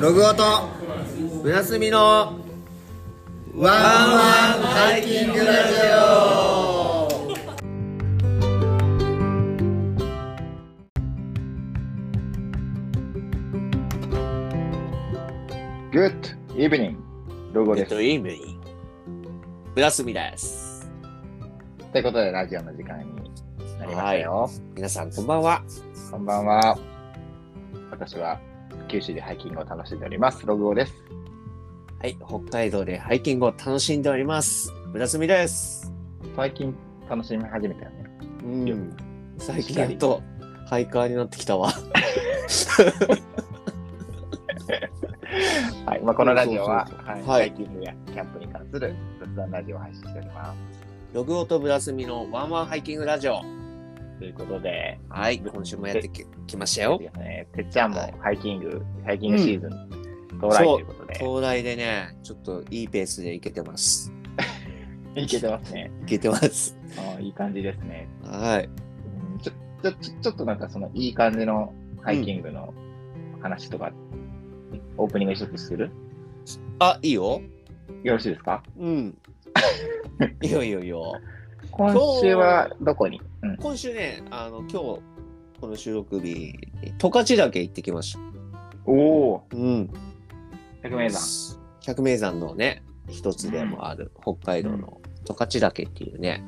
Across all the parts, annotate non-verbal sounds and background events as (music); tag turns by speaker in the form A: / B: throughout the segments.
A: ログオとブラスミのワンワンハイキングラジ
B: グッドイブニングロゴ
C: え
B: で
C: っ
B: す。
C: と、イブニング。ブラスミです。
B: ということで、ラジオの時間になりましたよ。
C: 皆さん、こんばんは。
B: こんばんは。私は九州でハイキングを楽しんでおります。ロゴです。
C: はい、北海道でハイキングを楽しんでおります。ブラスミです。
B: 最近楽しみ始めたよね。
C: (laughs) うん。最近やっとハイカーになってきたわ。
B: はい。まあ、このラジオは、
C: そうそうそう
B: はい
C: は
B: ハ
C: い
B: イキングやキャンプに関する雑談ラジオを配信しております。
C: (laughs) ログオとブラスミのワンワンハイキングラジオ。
B: ということで、
C: はい、今週もやってききましたよ。
B: ね、てっちゃんも
C: はい
B: ハイキング、ハイキングシーズン到来ということで、
C: 東大でね、ちょっといいペースでいけてます。
B: いけてますね。
C: いけてます。
B: あーいい感じですね。
C: はい。
B: うんちょちょちょちょっとなんかそのいい感じのハイキングの話とか、オープニングにちょっとする
C: あ、いいよ。
B: よろしいですか
C: うん。 (laughs) いいよいいよいいよ。
B: 今週はどこに、うん、
C: 今週ね、あの、今日、この収録日、十勝岳行ってきました。
B: おお
C: うん。
B: 百名山
C: 百名山のね、一つでもある、北海道の十勝岳っていうね。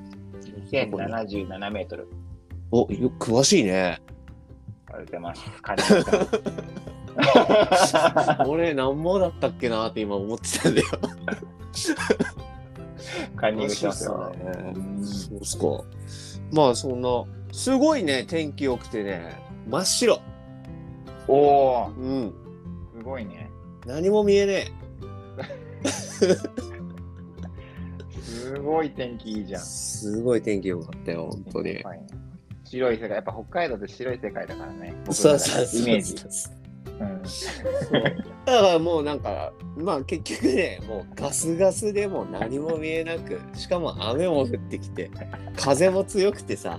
B: 2077メートル
C: お、よ、詳しい
B: (laughs)
C: ね。
B: あれ出ます感じですか
C: 俺、なんぼだったっけなって今思ってたんだよ。
B: (laughs) カンニングしますよ
C: 詳しいっすね
B: うん
C: そうっすか。まあ、そんな、すごいね、天気良くてね、真っ白。
B: おお
C: うん。
B: すごいね
C: 何も見えね
B: すごい天気いいじ
C: え。
B: ゃん
C: すごい天気良かったよ、本当に。
B: はい白い世界やっぱ北海道って白い世界だからね僕
C: そ
B: の
C: うそう
B: 中
C: そう
B: でイメージ、うん
C: そうだからもうなんかまあ結局ねもうガスガスでもう何も見えなくしかも雨も降ってきて風も強くてさ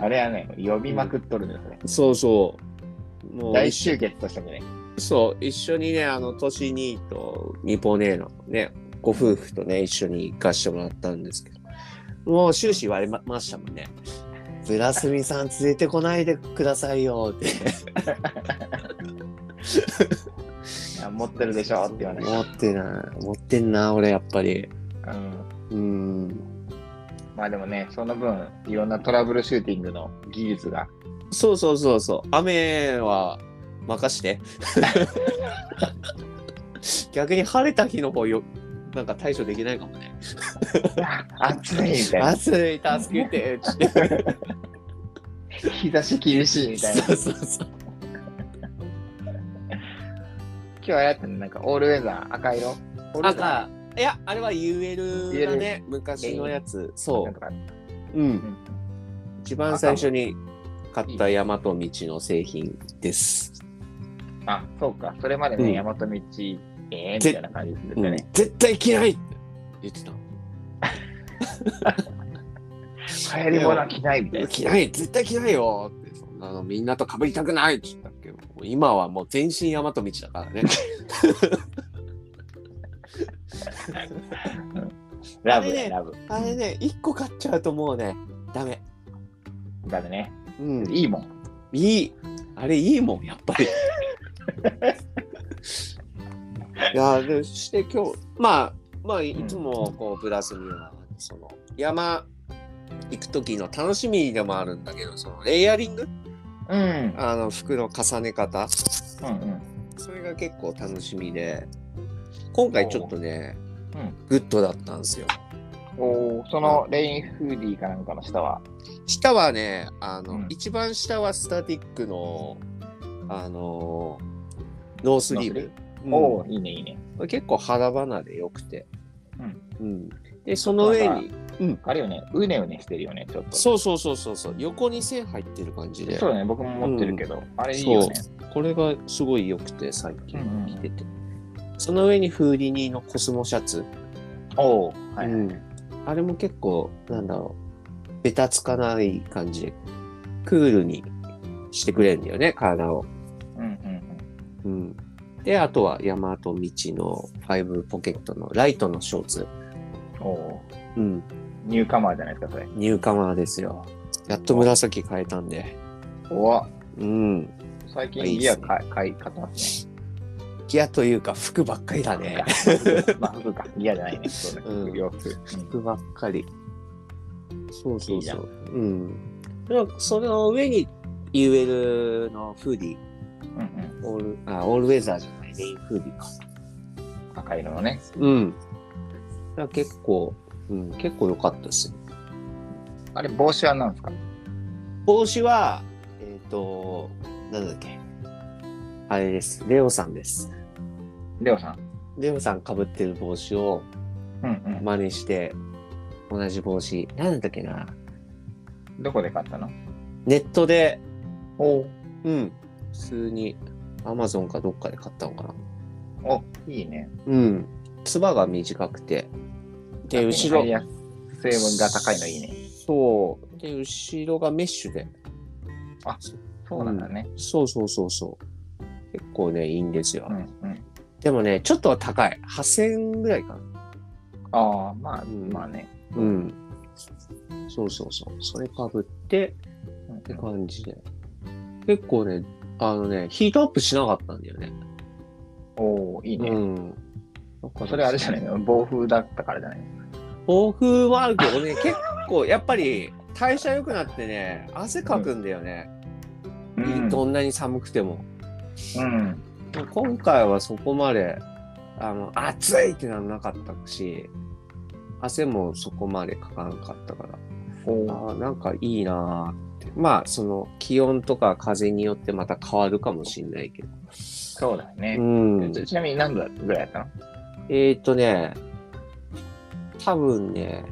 B: あれはね、呼びまくっとるんですね。
C: そうそうもう
B: 大
C: 一
B: 集結としてもね。
C: 緒そう一緒にねあのトシ兄とミポ姉のねご夫婦とね一緒に行かしてもらったんですけどもう終始言われまましたもんね「ブラスミさん連れてこないでくださいよ」って
B: あ持ってるでしょって言われて。
C: 持ってな持ってんな俺やっぱり
B: うん
C: うん
B: まあでもね、その分、いろんなトラブルシューティングの技
C: (laughs)
B: 術が。
C: そうそうそうそう雨は任して (laughs) 逆に晴れた日の方よなんか対処できないかもね
B: あ暑いみたいな。
C: 暑い助けてつって
B: 日差し厳しいみたいな。
C: そうそうそう
B: 今日はやってんのなんかオールウェザー、赤色。オールウェザ
C: 赤いやあれは UL だね昔のやつ
B: ー
C: そ
B: なんとか
C: う、うん、一番最初に買った大和道の製品です、
B: あ、そうか。それまで
C: うん
B: ね、大和道、えー、みたいな感じです
C: う
B: よ
C: ん
B: ね。、
C: 絶対嫌いって言ってた
B: 流行り物は着ないみたいな。
C: 着ない絶対着ないよってそんなのみんなと被りたくないって言ったけど今はもう全身大和道だからね
B: ラ
C: あ
B: ブ
C: れ
B: ね、
C: ね
B: ラブ。
C: (laughs) あれね1個買っちゃうともうねダメ
B: だめね。
C: うんい
B: いいもん。
C: いあれいいもんやっぱり (laughs) いやでして今日まあまあいつもこうブラスにはその山行く時の楽しみでもあるんだけどそのレイヤリング
B: うん。うん
C: あの服の重ね方
B: うん。
C: それが結構楽しみで、今回ちょっとね、
B: おーうん
C: グッドだったんですよ。
B: おーそのレインフーディーかなんかの下は。
C: 下はね、あの、
B: うん
C: 一番下はスタティックの、あのーノースリーブ。
B: おおいいね、いいね。
C: うん結構肌離れ良くて。
B: う
C: う
B: ん
C: んで、その上
B: まあ
C: に、
B: あれよね、うねうねしてるよね、ちょっと。
C: そうそうそうそうそう、横に線入ってる感じで、
B: そうだね、僕も持ってるけど、あれいいよね。
C: これがすごい良くて、最近
B: うんうん
C: 着てて。その上にフーリニーのコスモシャツ。
B: おおー、はい。
C: うん、あれも結構なんだろうベタつかない感じでクールにしてくれるんだよね体を
B: うん
C: う
B: うん
C: ん。で、あとは山と道のファイブポケットのライトのショーツ。
B: おー
C: うん。
B: ニューカマーじゃないですか、それ。
C: ニューカマーですよ。やっと紫変えたんで。
B: おー
C: うん。
B: 最
C: あいい
B: 近
C: っ
B: ギア
C: すね
B: 買い買い買ってます
C: ギアというか服ばっかりだね。 (laughs)
B: ね。まあ、服か。ギアじゃないね。そうね
C: うん。
B: 洋服。
C: 服ばっかり。そう
B: そ
C: そう
B: そ
C: うそ
B: う
C: う。うん。でもそれの上に UL のフーディ
B: うんうん。
C: ー、オール、あ、オールウェザーじゃない、レインフーディーか。
B: 赤色のね。
C: うん。だから結構、うん、結構良かったですよ。
B: あれ、帽子は何ですか
C: 帽子は、えっ、と、なんだっけ。あれです。レオさんです。
B: レオさん。
C: レオさん被ってる帽子を
B: うんうん。
C: 真似して、同じ帽子。なんだっけな。
B: どこで買ったの
C: ネットで、
B: お
C: うん、普通に、アマゾンかどっかで買ったのかな。
B: お、いいね。
C: うん。つばが短くて。で、後
B: 入り
C: ろ。
B: やす成分が高いのいいね。
C: そう。で、後ろがメッシュで。
B: あそうなんだね。
C: そうそうそうそう。結構ね、いいんですよ。
B: うんうん。
C: でもね、ちょっとは高い。8000ぐらいかな。
B: ああ、まあ、
C: うん
B: まあね。
C: うん。そうそうそう。それかぶって、
B: うん
C: って感じで。結構ね、あのね、ヒートアップしなかったんだよね。
B: おおいいね。
C: うん。
B: それあれじゃないの暴風だったからじゃないの
C: 暴風はあるけどね、 (laughs) 結構、やっぱり、代謝良くなってね、汗かくんだよね。
B: うん
C: どんなに寒くても。
B: うん。
C: 今回はそこまで、あの、暑いってならなかったし、汗もそこまでかかんかったから。
B: おー
C: あーなんかいいなーって。まあ、その気温とか風によってまた変わるかもしれないけど。
B: そうだね
C: う。ん。
B: ちちなみに何度ぐらいやったの
C: えっ、ー、とね、多分ね、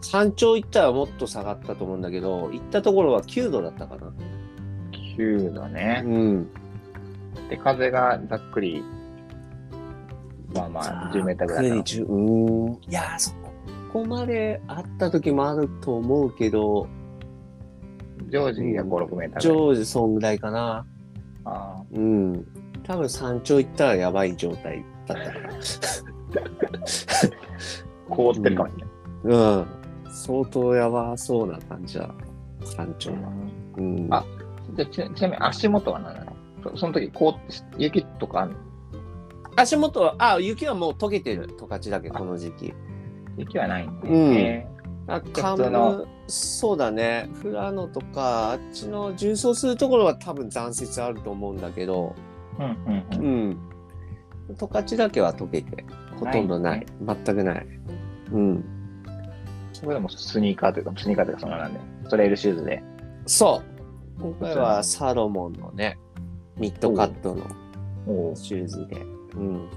C: 山頂行ったらもっと下がったと思うんだけど、行ったところは9度だったかな。
B: ?9 度ね。
C: ん。
B: で、風がざっくり、まあまあ、10メーターぐらいだな。
C: 10うーん。いやー、そこまであった時もあると思うけど、
B: 常時が5、6メーターぐらい。
C: 常時そんぐらいかな。
B: ああ
C: うん。多分山頂行ったらやばい状態だったから。
B: 凍ってるかもしれない。
C: うん。相当やばそうな感じだ。山頂は。うん。
B: あじゃあちなちなみに足元は何なのそその時凍って、雪とかあんの
C: 足元は、あ、雪はもう溶けてる。十勝だけ、この時期。
B: 雪はないんだよね。
C: あ、
B: じゃ
C: カ
B: あ普通の
C: ム、そうだね。富良野とか、あっちの重装するところは多分残雪あると思うんだけど、
B: うんうんうん
C: うん。十勝だけは溶けて、ほとんどない。全くない。うん。
B: そこでもスニーカーというか、スニーカーというか、そのなんで、トレイルシューズで。
C: そう。今回はサロモンのね、ミッドカットの
B: お
C: シューズで。うん。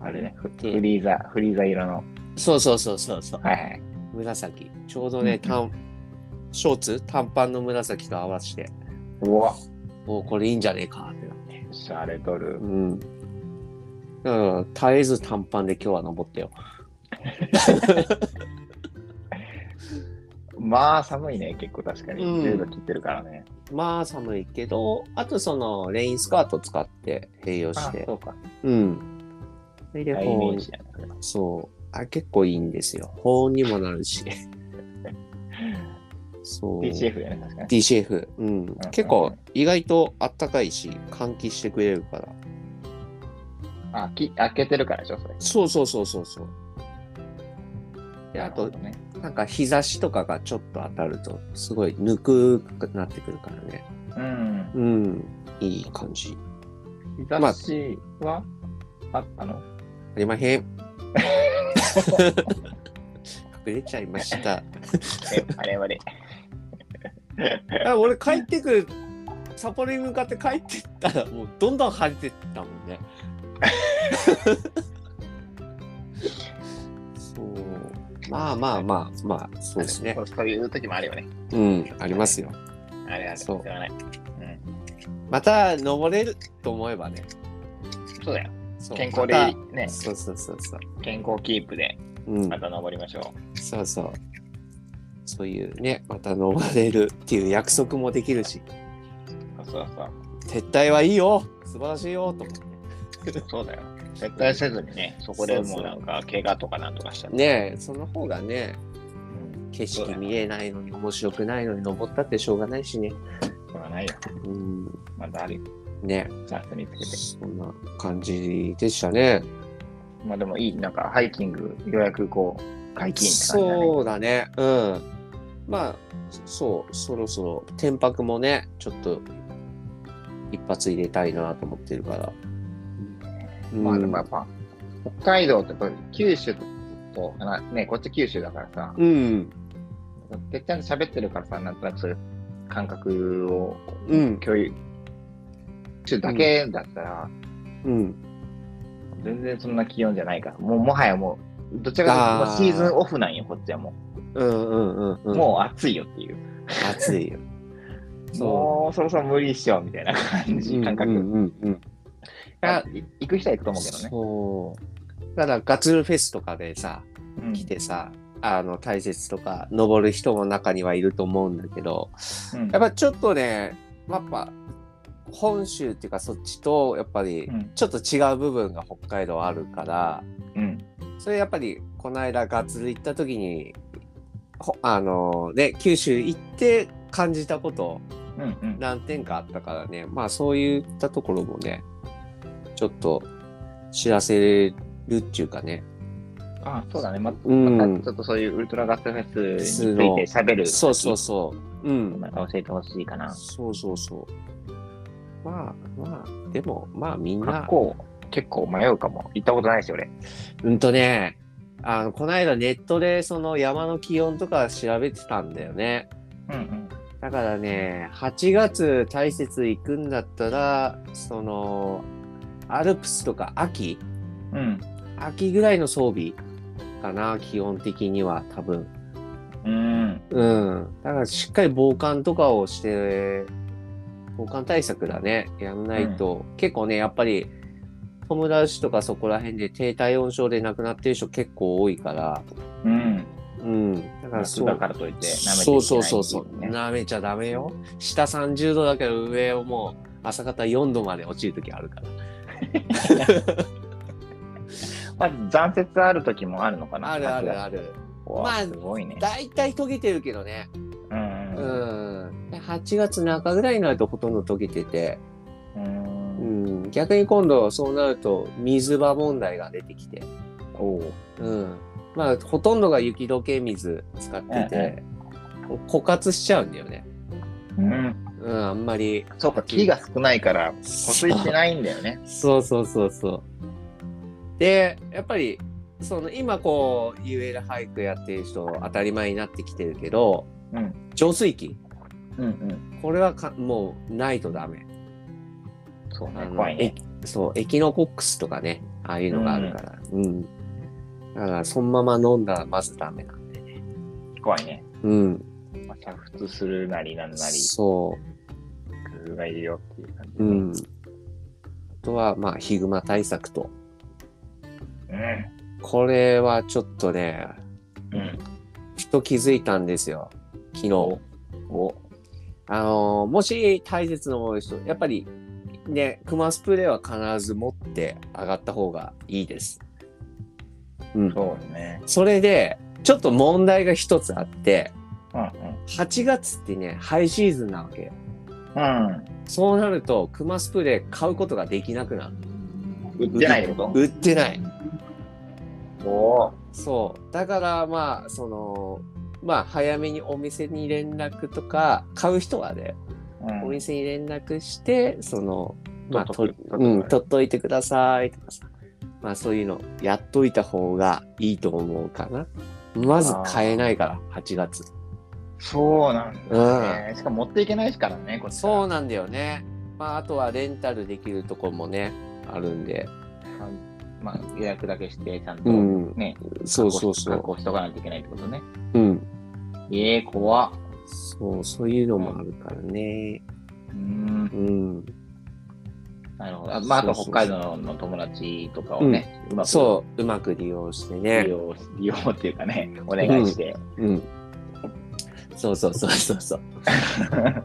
B: あれね、フフリーザ、フリーザ色の。
C: そうそうそうそうそう。
B: はいはい。
C: 紫。ちょうどね、
B: うん
C: 短ショーツ短パンの紫と合わせて、
B: うわ、
C: おこれいいんじゃねえかってなって。
B: シャレとる
C: う。ん。だから、絶えず短パンで今日は登ったよ。
B: まあ、寒いね、結構確かに。
C: うん
B: 10度切ってるからね。
C: まあ寒いけど、あとそのレインスカート使って併用
B: あ
C: し、て
B: そ。うか。
C: うん。それで
B: 大イメ
C: 保
B: ー
C: 温
B: ジやな、それは
C: そう。あ、結構いいんですよ。保温にもなる (laughs) し。そう。
B: PCF だよね、確かに。
C: DCF。うん。結構意外とあったかいし、換気してくれるから。
B: あ、き開けてるからでしょ、それ。
C: そうそうそうそうそう。で、
B: な
C: あ
B: るほ
C: と
B: ど、ね。
C: なんか日差しとかがちょっと当たると、すごいぬくくなってくるからね。
B: うん。
C: うん。いい感じ。
B: 日差しはあっ
C: (laughs)
B: たの
C: ありま (laughs) へん。隠れちゃいました。
B: えあれあれ。
C: あ俺帰ってくる、札幌に向かって帰ってったら、もうどんどん晴れてったもんね。そう。まあまあまあまあ、そうですね。
B: そうそういう時もあるよね。
C: うん、ありますよ。
B: あれあれ。し
C: そ
B: ょ
C: う
B: うがない。うん。
C: また登れると思えばね。
B: そうだよ。
C: そう
B: 健康
C: ま
B: で、ね
C: た、そうそうそうそう。
B: 健康キープで、
C: うん
B: ま、た登りましょ
C: そうそう。そういうね、また登れるっていう約束もできるし、
B: う。そうそう。
C: 撤退はいいよ。素晴らしいよと思って。
B: そうだよ。絶対せずにね、そこでもうなんか、怪我とかなんとかしちゃって。
C: ねえ、その方がね、
B: うん
C: 景
B: そうだ
C: 色
B: よ
C: 見えないのに面白くないのに登ったってしょうがないしね。
B: そうがないよ。
C: うん、
B: またある
C: ね
B: チャンス見つけて。
C: そんな感じでしたね。
B: まあでもいい、なんか、ハイキング、ようやくこう、解禁って感じだね。
C: そうだね。うん。まあ、そう、そろそろ、天白もね、ちょっと、一発入れたいなと思ってるから。うん
B: まあでもやっぱ、北海道ってやっぱり九州と、あのね、こっち九州だからさ、
C: うん。
B: てっちゃんと喋ってるからさ、なんとなくそういう感覚を
C: うん。
B: 共有、ちょっとだけだったら、
C: うん。
B: 全然そんな気温じゃないから、もうもはやもう、どちらかとい
C: あー
B: うとシーズンオフなんよ、こっちはも
C: うんうんうん
B: う。
C: うん。
B: もう暑いよっていう。
C: 暑いよ。そ
B: もう (laughs) そろそろ無理っしようみたいな感
C: う。
B: じ、感覚。
C: うんうんうん。
B: あい行く人は行くと思うけどね。
C: そう。だから、ガツルフェスとかでさ、
B: うん
C: 来てさ、あの、大雪とか、登る人も中にはいると思うんだけど、
B: うん
C: やっぱちょっとね、やっぱ本州っていうかそっちとやっぱり
B: うん
C: ちょっと違う部分が北海道あるから、
B: うん。
C: それやっぱりこの間ガッツル行った時に、ほあのね、九州行って感じたこと
B: うん。うん。
C: 何点かあったからね、まあそういったところもね、ちょっと知らせるっていうかね、
B: あ、そうだね。ま
C: うん
B: またちょっとそういうウルトラガスフェスについて喋る。
C: そうそうそう、うん。
B: また教えてほしいかな。
C: そうそうそう。まあまあ、でもまあみんな
B: 学、校、結構迷うかも。行ったことないし、俺。
C: うんとね、あの、この間ネットでその山の気温とか調べてたんだよね。
B: うんうん。
C: だからね、8月大雪行くんだったら、その、アルプスとか秋
B: うん。
C: 秋ぐらいの装備かな、基本的には多分。
B: うん。
C: うん。だからしっかり防寒とかをして、防寒対策だね。やんないと。結構ね、やっぱり、友達とかそこら辺で低体温症で亡くなってる人結構多いから。
B: うん。
C: うん。だから
B: 夏
C: そう。
B: だからといって、
C: そうそうそうそう。
B: ね
C: 舐めちゃダメよ。下30度だけど上をもう朝方4度まで落ちる時あるから。
B: まあ、残雪ある時もあるのかな。
C: あるある
B: る。
C: ある。まあ
B: わすごいね。
C: だいたい溶けてるけどね。
B: うん
C: う
B: うん
C: ん。で8月中ぐらいになるとほとんど溶けてて。
B: うん。
C: うん、逆に今度そうなると水場問題が出てきて、
B: おう
C: うん、まあほとんどが雪解け水使ってて、枯渇しちゃうんだよね、
B: うん。
C: うん、あんまり
B: そうか、木が少ないから、保水してないんだよね。
C: そうそうそうそうでやっぱりその今こう UL 俳句やってる人当たり前になってきてるけど、
B: うん
C: 浄水器
B: うんうん。
C: これはかもうないとダメ
B: そう
C: あ
B: ね、
C: の
B: 怖いね。
C: エそう、エキノコックスとかね、ああいうのがあるから。うん。だから、そのまま飲んだらまずダメなんでね。
B: 怖いね。
C: うん。
B: まあ、煮沸するなりなんなり、
C: そ
B: 工夫がいるよっていう感じ
C: う。
B: ね。
C: うん。あとは、まあ、ヒグマ対策と。これはちょっとね、
B: うん。うん。
C: ふと気づいたんですよ。昨日。
B: お
C: あのーもし大切の多い人、やっぱり、ね、クマスプレーは必ず持って上がった方がいいです。うん。
B: そうね。
C: それで、ちょっと問題が一つあって、
B: うん
C: 8月ってね、ハイシーズンなわけ。
B: うん。
C: そうなると、クマスプレー買うことができなくなる。
B: うん。売ってないってこ
C: 売ってない。
B: とお
C: そう。だから、まあ、その、まあ、早めにお店に連絡とか、買う人はね、
B: うん
C: お店に連絡して、その、まあ、と
B: 取っとく
C: うん、取っといてくださいとかさ。まあ、そういうの、やっといた方がいいと思うかな。まず買えないから、8月。
B: そうなんだね。しかも持っていけないですからね、こっちから
C: そうなんだよね。まあ、あとはレンタルできるとこもね、あるんで。
B: まあ、予約だけして、ちゃんと
C: うん
B: ね、
C: そうそうそ
B: 確
C: う。
B: 保しとかないといけないってことね。
C: うん。
B: ええ怖っ。
C: そう、そういうのもあるからね。
B: うん
C: う。ん。
B: なるほど。あまあ、あと
C: そうそうそう
B: 北海道の友達とかをね、うまく
C: そう、うまく利用して
B: 利
C: ね。
B: 用し、利用っていうかね、お願いして。
C: うん。そうそうそうそう (laughs) そう。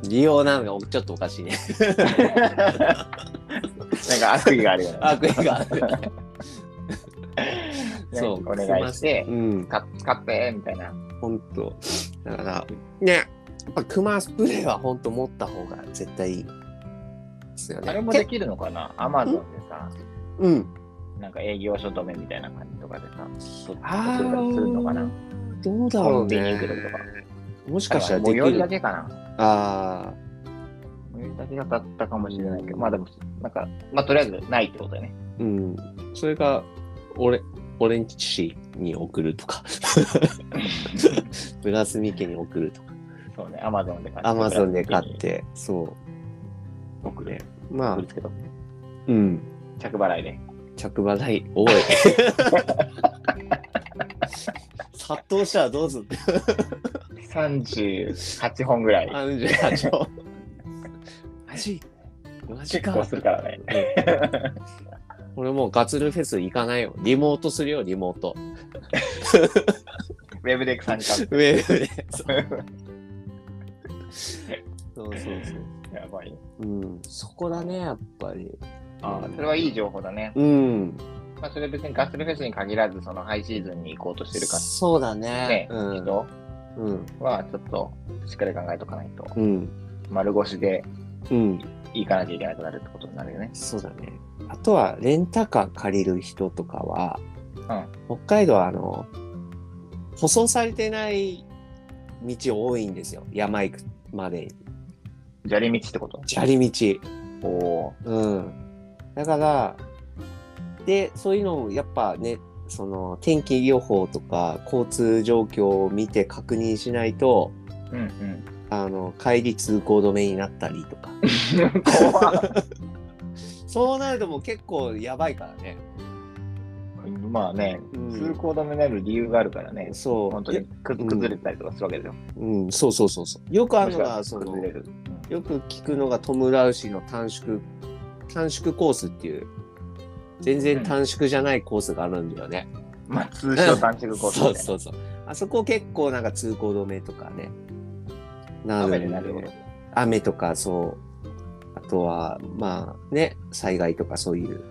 C: 利用なんかちょっとおかしいね。
B: なんか悪意があるよね。
C: 悪意がある。
B: ね
C: そう
B: お願いして
C: う、ん、
B: か使って、みたいな。
C: ほんと。だから、ね、やっぱクマスプレーはほんと持った方が絶対いい。ですよね。
B: あれもできるのかなアマゾンでさ、
C: うん。
B: なんか営業所止めみたいな感じとかでさ、取
C: あ
B: って
C: ー
B: するのかな
C: どうだろう
B: コンビニ行
C: ね
B: くのとか。
C: もし
B: だ
C: か
B: か
C: した
B: ら
C: らで
B: 最
C: き
B: 寄りだ
C: る。
B: けかな
C: ああ、
B: 最寄りだけだったかもしれないけど、まあでも、なんか、まあとりあえずないってことだよね。
C: うん。それが、俺、俺んちに送るとか。 (laughs) 村住家に送るとか。
B: そうね、アマゾンで買って。
C: アマゾンで買って、そう。僕ね。ま
B: 送
C: あ
B: る、けど、
C: うん。
B: 着払いで。
C: 着払い、おい。殺到したらどうすんの
B: 38本ぐらい。
C: ?38 丁。マジマジ
B: 結
C: か。
B: 構するからね。
C: うん俺もうガツルフェス行かないよ。リモートするよ、リモート。
B: ウェブで参加。
C: ウェブで。そうそう
B: (laughs) やばいね。
C: そう。うん。そこだね、やっぱり。
B: ああ、それはいい情報だね。
C: うん。
B: まあ、それ別にガッツルフェスに限らず、そのハイシーズンに行こうとしてるか
C: そうだ
B: ら
C: ね
B: ね、。
C: うん。
B: 人
C: うん。
B: はちょっとしっかり考えとかないと、
C: うん。
B: 丸腰で
C: うん。
B: 行かなきゃいけなくなるってことになるよね。
C: そうだね。あとは、レンタカー借りる人とかは、
B: う
C: 北海道は、あの、舗装されてない道多いんですよ。山行くまで。
B: 砂利道ってこと
C: 砂利道。
B: おお
C: うん。だから、で、そういうのをやっぱね、その天気予報とか交通状況を見て確認しないと、
B: ー。うんうん。
C: あの、帰り通行止めになったりとか。
B: 怖っ
C: そうなるともう結構やばいからね。
B: まあね、
C: うん
B: 通行止めになる理由があるからね、
C: そう。
B: 本当に
C: う
B: く
C: ん
B: 崩れたりとかするわけですよ。
C: うん、そうそうそうそう。よくあるのが、
B: もしく
C: そ
B: は
C: の
B: 崩、れる。
C: よく聞くのがトム・ラウシの短縮、短縮コースっていう、全然短縮じゃないコースがあるんだよね。
B: うんまあ、通称短縮コース
C: そう
B: で
C: そうそう。あそこ結構なんか通行止めとかね。な
B: 雨
C: る
B: に
C: ん
B: なるほど
C: で。。雨とかそう。あとは、まあね、災害とかそういう。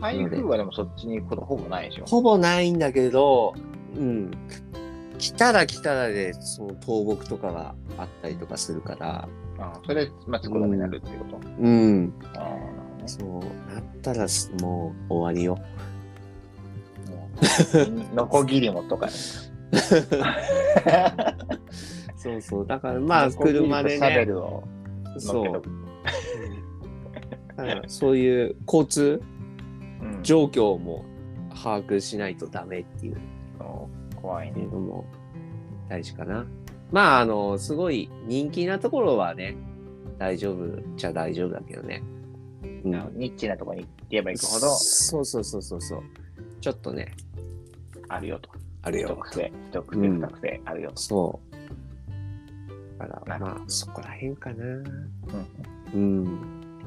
B: 台風はでもそっちに行くことほぼないでしょ。
C: ほぼないんだけど、うん。来たら来たらで、その倒木とかがあったりとかするから、
B: あそれ、まあ、通行止めになるってこと。
C: うん。
B: ああ、なるほどね
C: そう、なったらすもう終わりよ。
B: も (laughs) うノコギリもとかね。
C: そうそう。だからまあ、
B: ノコギリと
C: 車で
B: シャベ
C: ね、
B: ルを
C: そ
B: 乗
C: う
B: っけ。とく
C: だからそういう交通
B: うん
C: 状況も把握しないとダメっていう
B: そう怖いね。
C: のも大事かな。まあ、あの、すごい人気なところはね、大丈夫じゃ大丈夫だけどね。うん。
B: ニッチなとこに行けば行くほど
C: そうそうそうそうそう。ちょっとね、
B: あるよと。
C: ある
B: 一
C: よ。
B: 癖、一癖、二癖あるよと。
C: そう。だから、
B: なるほ
C: まあ、そこら辺かな。うん。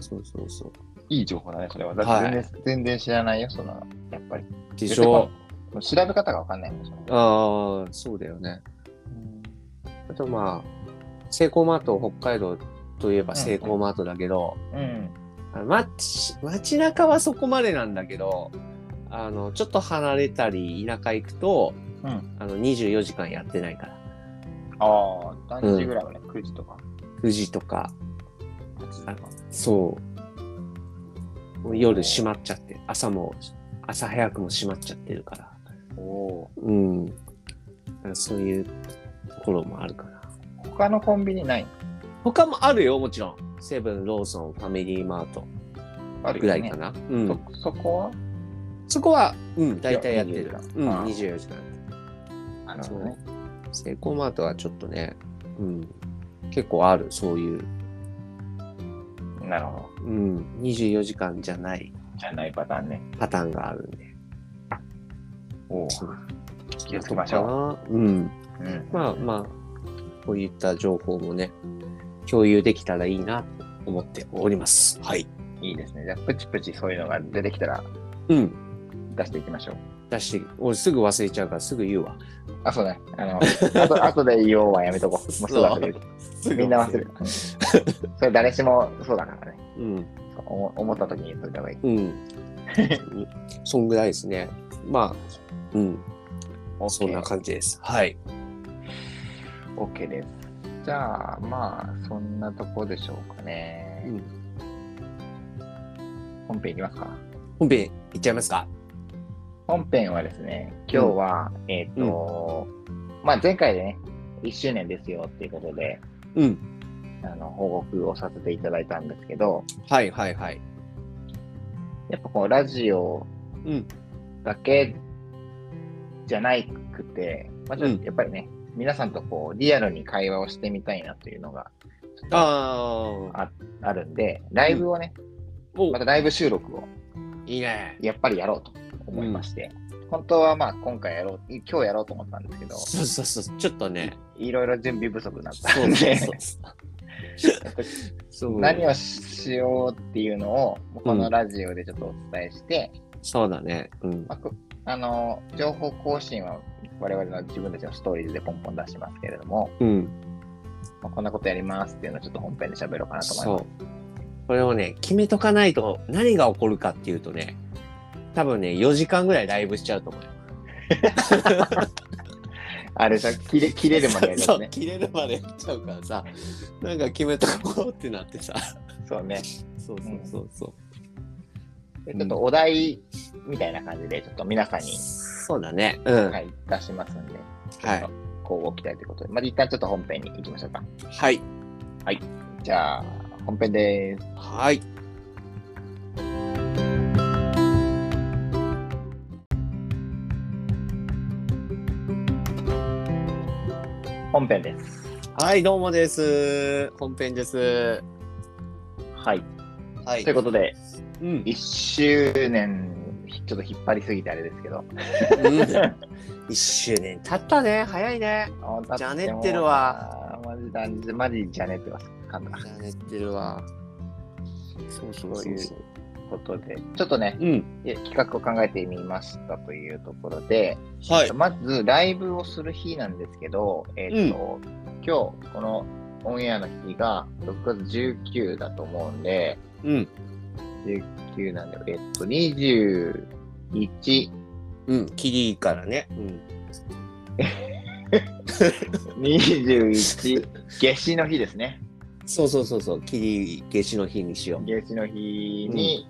C: そうそうそう。
B: いい情報だね、それは。
C: はい
B: だって全然全然知らないよ、その、やっぱり。
C: でし
B: 絶対こ
C: ょ
B: う調べ方がわかんないもん、それ
C: ああ、そうだよね。あとまあ、セイコーマート、北海道といえばセイコーマートだけど、
B: うん。
C: あの街、街中はそこまでなんだけど、あの、ちょっと離れたり、田舎行くと、
B: うん
C: あの、24時間やってないから。
B: ああ、何時ぐらいはね、9時とか、
C: 9時とか、
B: 8時とか。
C: そう。もう夜閉まっちゃって、朝も、朝早くも閉まっちゃってるから。
B: おお
C: うん。だからそういうところもあるかな。
B: ー。他のコンビニない
C: 他もあるよ、もちろん。セブン、ローソン、ファミリーマート
B: ある
C: ぐ
B: よ
C: ら
B: ね
C: いかな。うん。
B: そそこは
C: そこは、うん、大体やってる。
B: 24
C: うん、
B: ああ
C: 24時間。
B: あのね。
C: セイコーマートはちょっとね、うん、結構ある、そういう。
B: なるほど。
C: うん、24時間じゃない
B: じゃないパターンね。
C: パターンがあるんで。
B: おお。
C: そう
B: 気をつけましょ
C: う。うん。
B: う。うん
C: まあまあ、こういった情報もね、共有できたらいいなと思っております。はい。
B: いいですね。じゃあ、プチプチそういうのが出てきたら
C: うん。
B: 出していきましょう。
C: 出して、俺すぐ忘れちゃうからすぐ言うわ。
B: あ、そうね。あの、
C: (laughs)
B: あと後で言おうはやめとこう。もうすぐ忘れる。
C: す
B: みんな忘れる。それ誰しもそうだからね。
C: うん。
B: そうおも思った時に言っといた方がいい。 (laughs)
C: うん。そんぐらいですね。まあ、うん。そんな感じです。はい。
B: OK です。じゃあ、まあ、そんなとこでしょうかね。
C: うん
B: 本編いきますか。
C: 本編いっちゃいますか
B: 本編はですね、今日は、えっ、と、まあ前回でね、1周年ですよっていうことで、
C: うん。
B: あの、報告をさせていただいたんですけど、
C: はいはいはい。
B: やっぱこう、ラジオ
C: うん。
B: だけじゃなくて、まあちょっ
C: うん
B: とやっぱりね、皆さんとこう、リアルに会話をしてみたいなというのが
C: ああ。
B: あるんで、ライブをね、
C: お
B: またライブ収録を
C: いいね。
B: やっぱりやろうと思いまして、本当はまあ今回やろう、今日やろうと思ったんですけど、
C: そうそうそう。ちょっとね。
B: いろいろ準備不足だった
C: そ
B: ん
C: うそう
B: で、
C: そう。そう
B: (laughs) 何をしようっていうのを、このラジオでちょっとお伝えして、
C: そうだね。うん。
B: まあこあの、情報更新は我々の自分たちのストーリーズでポンポン出してますけれども、
C: うん。
B: まあこんなことやりますっていうのをちょっと本編で喋ろうかなと思い
C: そ
B: ます。
C: う。これをね、決めとかないと何が起こるかっていうとね、多分ね、4時間ぐらいライブしちゃうと思うよ。
B: あれさ、切れ切れるまでやる
C: (laughs) そ
B: や
C: う
B: つね。
C: 切れるまでやっちゃうからさ、なんか決めとこうってなってさ。
B: そうね。
C: そうそうそうそう。
B: でちょっとお題みたいな感じで、ちょっと皆さんに、
C: そうだね。うん。
B: はい、出しますんで、
C: はい。
B: こうご期待ということで、まず一旦ちょっと本編に行きましょうか。
C: はい。
B: じゃあ、本編です。
C: はい。
B: 本編です。
C: はい、どうもです。本編です。
B: はい。
C: は
B: ということで、
C: うん。
B: 1周年、ちょっと引っ張りすぎてあれですけど、
C: (laughs) 一周年経ったね。早いね。じゃねってるわ
B: あー。マジだ、マジじゃねってます。感度が
C: やれてるわ。そうそう
B: そう
C: そ。
B: そうことで、ちょっとね、
C: うん。
B: え企画を考えてみましたというところで、
C: は。
B: まずライブをする日なんですけど、えっ、と、今日、このオンエアの日が6月19だと思うんで、
C: うん。
B: 19なんだよ。えっ、と、21、
C: うん。キリからね。うん。
B: 21、夏至の日ですね。
C: そうそうそうそう。キリ夏至の日にしよ
B: 月の日に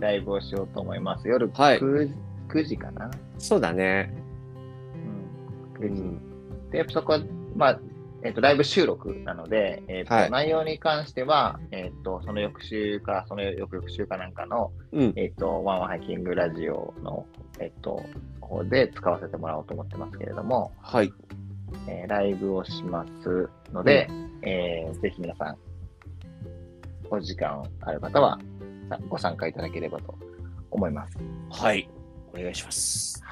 B: ライブをしようと思います。夜 9,、
C: はい
B: 9時かな。
C: う。そうだね。
B: うん、
C: う
B: 9時。
C: ん。
B: で、そこは、まあ、えっ、と、ライブ収録なので、えっ、と、
C: はい
B: 内容に関しては、えっ、と、その翌週か、その翌々週かなんかの、
C: うん。
B: えっ、と、ワンワンハイキングラジオの、えっ、と、方で使わせてもらおうと思ってますけれども、
C: はい。
B: えーライブをしますので、えーぜひ皆さん、お時間ある方はさご参加いただければと思います。
C: はい。お願いします。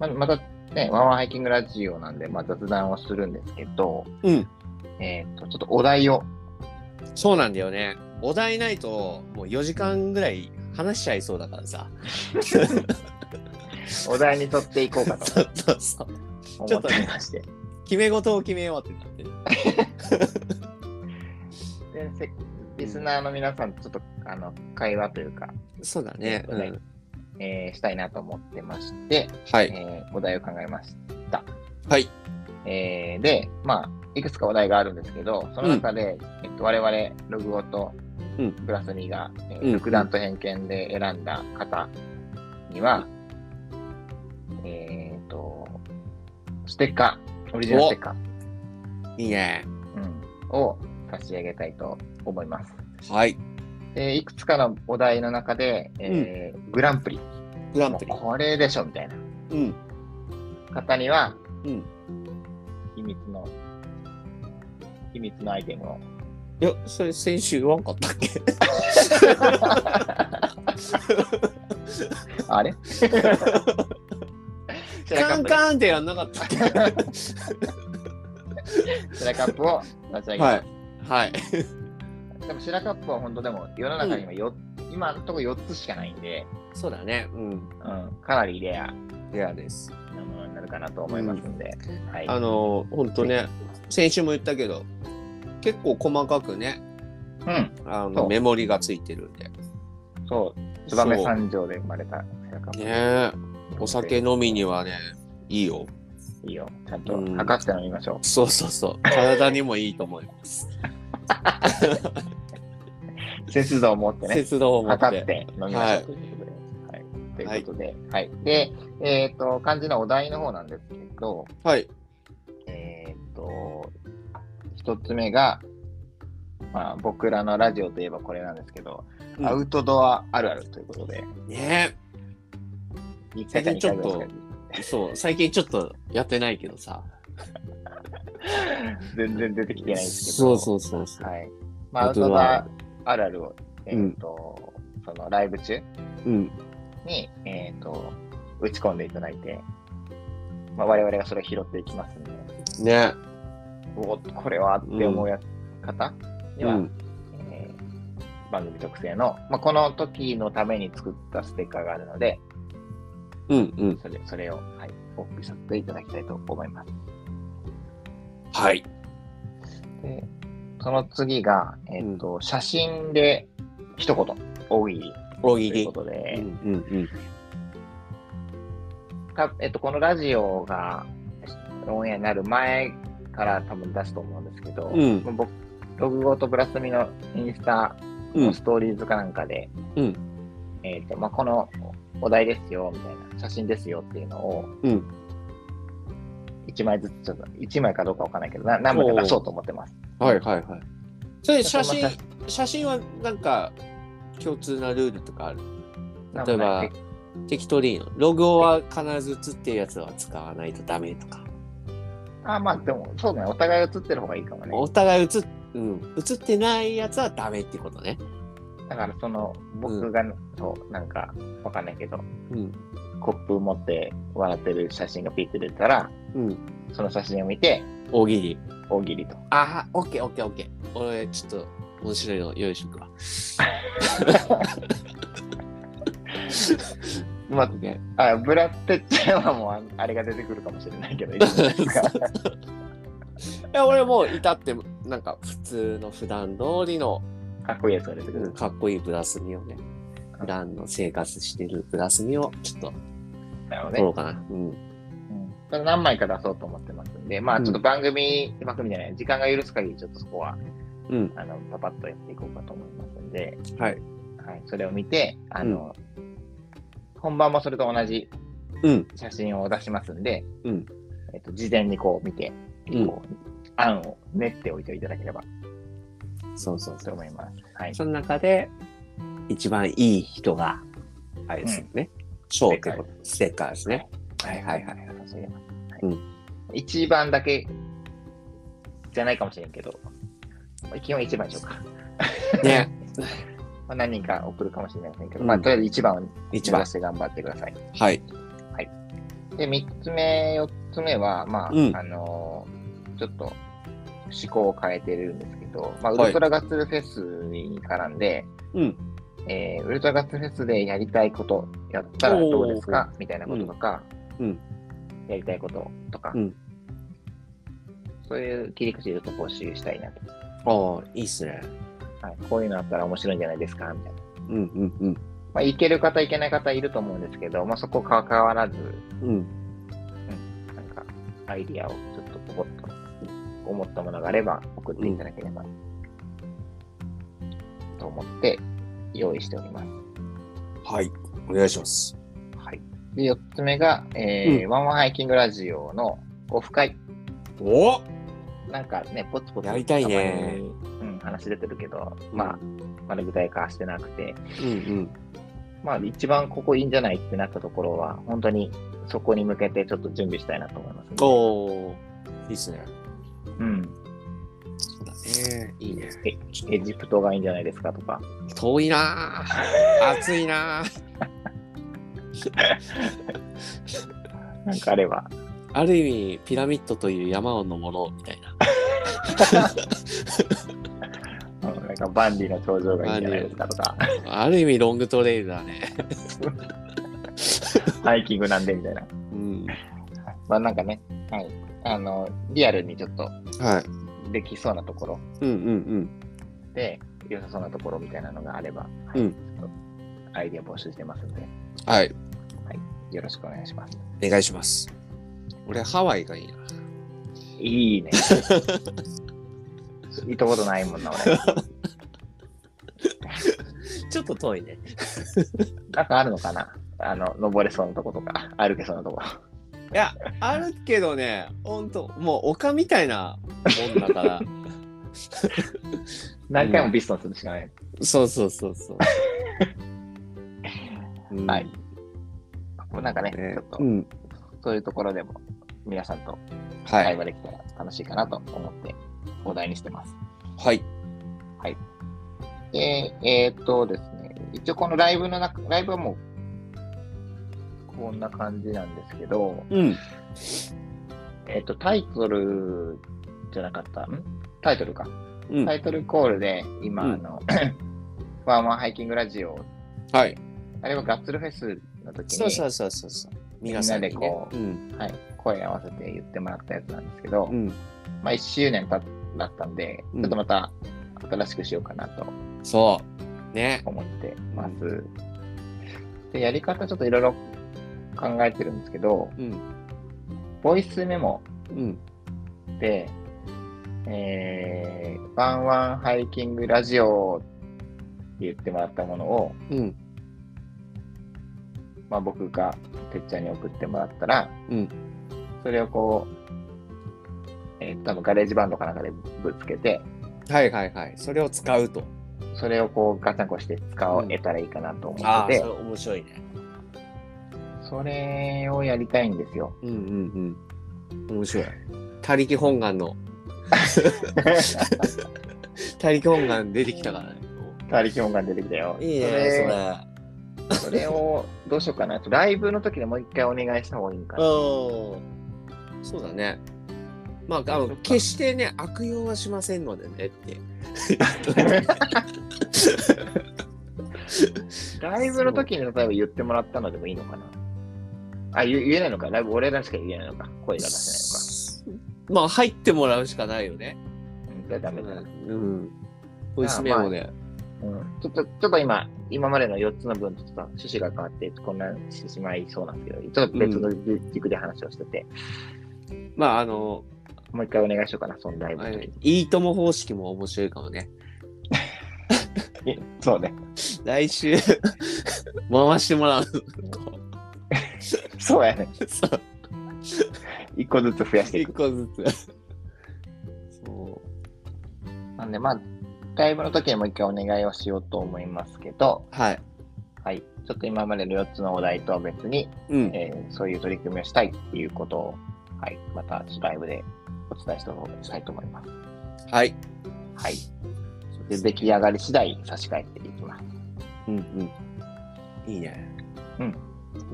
B: ままたね、ワンワンハイキングラジオなんで、まあ、雑談をするんですけど、
C: うん。
B: えー、とちょっとお題を、
C: そうなんだよね。お題ないと、もう4時間ぐらい話しちゃいそうだからさ。
B: お題に沿っていこうかと
C: そうそうそう。ちょ
B: 思
C: っ
B: っ
C: と
B: て
C: ね
B: おりまして。
C: 決め事を決めようってなってる。
B: でせリスナーの皆さんとちょっとあの会話というか、
C: そうだね。う
B: そうだね
C: ん。
B: えーしたいなと思ってまして、
C: はい。
B: えーお題を考えました。
C: はい。
B: えーで、まあ、いくつかお題があるんですけど、その中で、えっと、我々、ログオと
C: うん
B: ブラスミが、えー
C: うん
B: 独断と偏見で選んだ方には、えっと、ステッカー、オリジナルステッカー、
C: いいね。
B: うんを差し上げたいと思います。
C: はい。
B: でいくつかのお題の中で、えーグランプリ、
C: グラン
B: も
C: プ
B: う
C: リ。
B: これでしょみたいな
C: うん。
B: 方には、
C: うん。
B: 秘密の、秘密のアイテムを
C: (laughs) いや、それ先週言わんかったっけ (laughs)
B: あれセラカ
C: カ
B: ッ
C: ン
B: プね
C: カンってやんなか (laughs) ったっけ
B: セラカップを差し上げ
C: は
B: ま
C: い。はい。
B: す。でもセラカップは本当でも世の中にはよ、今のところ4つしかないんで、
C: そうだね。うん
B: う。ん、かなりレア
C: レアです。
B: なものになるかなと思いますんで、はい、
C: あの、ほんとね、先週も言ったけど、結構細かくね、
B: うんうん。
C: あ
B: そ
C: の
B: う
C: メモリがついてるんで。
B: そう。燕三条で生まれたセラカ
C: ねえ、お酒飲みにはね、いいよ。
B: いいよ。ちゃんと測って飲みましょ
C: そうそうそう。体にもいいと思います。
B: う。節度を持ってね。
C: 節度を持って。
B: 測って飲みましょうということで。はい。ということで、はい。で、えっ、と、漢字のお題の方なんですけど、
C: はい。
B: えっ、と、一つ目が、まあ、僕らのラジオといえばこれなんですけど、
C: うん
B: アウトドアあるあるということで、
C: ね
B: 一回か二回ぐらいしか
C: え、そう、最近ちょっとやってないけどさ。
B: 全然出てきてないんですけど、
C: そうそうそうそう。
B: はい。まあ、ア
C: ア
B: ウ
C: ウ
B: ト
C: ト
B: ド
C: ド
B: ア
C: ア
B: あるあるを、えっ、
C: うん
B: と、そのライブ中
C: うん。
B: に、えっ、と、打ち込んでいただいて、まあ、我々がそれを拾っていきますんで、
C: ね
B: おっとこれはって思うやつ方
C: え。
B: に
C: う
B: は、
C: ん。
B: えー番組特製の、まあ、この時のために作ったステッカーがあるので、
C: うんうん。
B: それそれを、はい、お送りさせていただきたいと思います。
C: はい。
B: でその次が、えっ、と、写真で一言、大喜利
C: 大
B: と
C: 喜
B: いう
C: 利
B: こ。とで、
C: うんうん
B: たえっと、このラジオがオンエアになる前から多分出すと思うんですけど、
C: うん
B: まあ僕ログゴーとブラスミのインスタ
C: うん。う
B: の
C: ん
B: ストーリーズかなんかで、
C: うん
B: えっとまあ、このお題ですよみたいな写真ですよっていうのを
C: うん
B: 1枚ずつちょっと1枚かどうかわかんないけどな何枚か出そうと思ってます。
C: はいはいはい。それ写
B: そ
C: 真
B: んな、
C: 写真はなんか共通なルールとかある例えば
B: なんかね、
C: 適当でいいのログオは必ず写ってるやつは使わないとダメとか。
B: あまあでもそうだねお互い写ってる方がいいかもね
C: お。互い写っ,、うん、写ってないやつはダメってことね。
B: だからその僕が、そうなんかわかんないけど
C: うん。
B: コップ持って笑ってる写真がピッて出たら
C: うん。
B: その写真を見て
C: 大喜利。
B: 大喜利と。
C: ああ、オッケーオッケーオッケー。俺、ちょっと面白いの用意しとく (laughs) わ。
B: ま
C: オッケー
B: あ、あブラってっちゃんはもうああれが出てくるかもしれな
C: (laughs)
B: いけど、いいじゃないですか
C: いや、俺もう至って、なんか普通の普段通りの
B: かっこいいやつが出てくる。
C: かっこいいブラスミをね、普段の生活してるブラスミをちょっと
B: なるほど
C: 撮
B: ね
C: ろうかな。うん。
B: うんただ何枚か出そうと思ってますんで、まあちょっと番組、番組じゃない、時間が許す限り、ちょっとそこは、
C: うん。
B: あの、パパッとやっていこうかと思いますんで、
C: はい。
B: はい、それを見て、あの、本番もそれと同じ
C: うん。
B: 写真を出しますんで、
C: うん
B: えっと、事前にこう見て、
C: うん
B: こう、案を練っておいていただければ
C: そうそう
B: と
C: そう。
B: 思います。はい。
C: その中で、一番いい人が、あれですよね。賞、ってこと、ステッカーですね。はいはいはい。
B: はいそういうのはい
C: うん
B: 一番だけじゃないかもしれんけど、まあ基本一番でしょうか。
C: ね、 (laughs)
B: まあ、何人か送るかもしれませんけど、
C: うん
B: まあ、とりあえず一番を目
C: 一番
B: 指。して頑張ってください。
C: はい。
B: で、三つ目、四つ目は、まあ、
C: うん
B: あのーちょっと思考を変えてるんですけど、まあ、ウ
C: はい
B: ルトラガッツルフェスに絡んで、
C: うん。
B: えーウルトラガッツルフェスでやりたいことやったらどうですかみたいなこととか、
C: うんうん
B: やりたいこととか、
C: うん
B: そういう切り口でちょっと募集したいなと、
C: おーいいっすね。
B: はい。こういうのあったら面白いんじゃないですかみたいな。
C: うんうん
B: まあ、いける方、いけない方いると思うんですけど、まあ、そこ関わらず、
C: うん。うん。
B: なんか、アイディアをちょっとポコッと思ったものがあれば送っていただければ、と思って用意しております。
C: はい。お願いします。
B: はい。で、四つ目が、えー
C: う
B: ワンワンハイキングラジオのオフ会。
C: お
B: なんかね、ポツポツ。
C: やりたいね。
B: うん、話出てるけど、まあ、まだ具体化してなくて、
C: うん
B: まあ、一番ここいいんじゃないってなったところは、本当にそこに向けてちょっと準備したいなと思います、ね
C: うん。おーいいっすね。
B: うん。
C: そうだね。いいね。
B: えエジプトがいいんじゃないですかとか。
C: 遠いな (laughs) ー暑いなー
B: なんかあれば。
C: ある意味、ピラミッドという山を登ろうみたいな。
B: うんなんか万里の頂上がいいんじゃないですかと
C: (laughs)
B: か、
C: ある意味、ロングトレイルだね。
B: ハイキングなんでみたいな。
C: うん。
B: まあなんかね、はい。あの、リアルにちょっと
C: はい。
B: できそうなところ
C: うんうん
B: で、良さそうなところみたいなのがあれば、
C: うん
B: ちょっとアイディア募集してますので、
C: はい。
B: よろしくお願いします。
C: お願いします。俺、ハワイがいいな。
B: いいね。行ったこと (laughs) ないもんな、俺。
C: ちょっと遠いね。
B: なんかあるのかなあの、登れそうなとことか、歩けそうなとこ。
C: いや、あるけどね、ほんと、もう丘みたいなもんだから。
B: 何回もビストンするしかない。
C: (laughs) そうそうそうそう。うん
B: はい。なんかね、
C: ね
B: ちょっと、
C: うん。
B: そういうところでも、皆さんと
C: は
B: 会
C: い。
B: 話できたら楽しいかなと思って、お題にしてます。
C: はい。
B: で、えーっとですね、一応このライブの中、ライブはもう、こんな感じなんですけど、
C: うん。
B: えーっと、タイトルじゃなかった、んタイトルか。
C: うん。
B: タイトルコールで、今、
C: うん
B: あの、 (laughs) ワンワンハイキングラジオ、
C: はい。
B: あれはガッツルフェスの時に、
C: そうそうそうそうそう。皆さんに
B: みんなで
C: ね
B: こ。う
C: うん。
B: はい、声合わせて言ってもらったやつなんですけど、
C: うん。
B: まあ1周年ただったんで、
C: うん
B: ちょっとまた新しくしようかなと
C: そう。ね。
B: 思ってます。で、やり方ちょっといろいろ考えてるんですけど、
C: うん。
B: ボイスメモ
C: うん。
B: で、えー、ワンワンハイキングラジオって言ってもらったものを、
C: うん。
B: まあ、僕がてっちゃんに送ってもらったら、
C: うん
B: それをこう、えー、多分ガレージバンドかなんかでぶつけて、
C: はいはいはい。それを使うと。
B: それをこうガチャンコして使えたらいいかなと思
C: あ
B: っ
C: あ、
B: て
C: そ
B: て、
C: れ面白いね。
B: それをやりたいんで
C: (laughs)
B: すよ。
C: うんうんうん。面白い。他力本願の。他力本願出てきたからね。
B: 他力本願出てきたよ。
C: いいね、そ
B: それ
C: れ。
B: それをどうしようかな。ライブの時でもう一回お願いした方がいいんかな。
C: うん。そうだね。まあ、あの決してね、悪用はしませんのでねって。
B: ライブの時に例えば言ってもらったのでもいいのかな。あ、言言えないのか。ライブ俺らしか言えないのか。声が出せ
C: まあ、入ってもらうしかないよね。
B: ないのか。うん、じゃあダメだな。
C: うん。ボイスメモで。
B: うんちょっと、ちょっと今、今までの4つの分とちょっと趣旨が変わって、こんなしてしまいそうなんですけど、ちょっと別の軸で話をしてて、
C: まあ、あの、
B: もう一回お願いしようかな、そのライブ
C: あ
B: の
C: れ
B: 時
C: いいとも方式も面白いかもね。
B: に。そうね。
C: 来 (laughs) 週回してもらう
B: そうやね。一個ずつ増やしてい
C: 一
B: く。
C: 個ずつそ
B: なんで、まあ、ライブの時にもう一回お願いをしようと思いますけど、
C: うはい
B: はい。ちょっと今までの4つのお題とは別に、
C: うん
B: えーそういう取り組みをしたいっていうことを、はい。また、ちょっとライブでお伝えした方がしたいと思います。
C: はい
B: はい。で、出来上がり次第差し替えていきます。
C: うんうんいいね
B: そう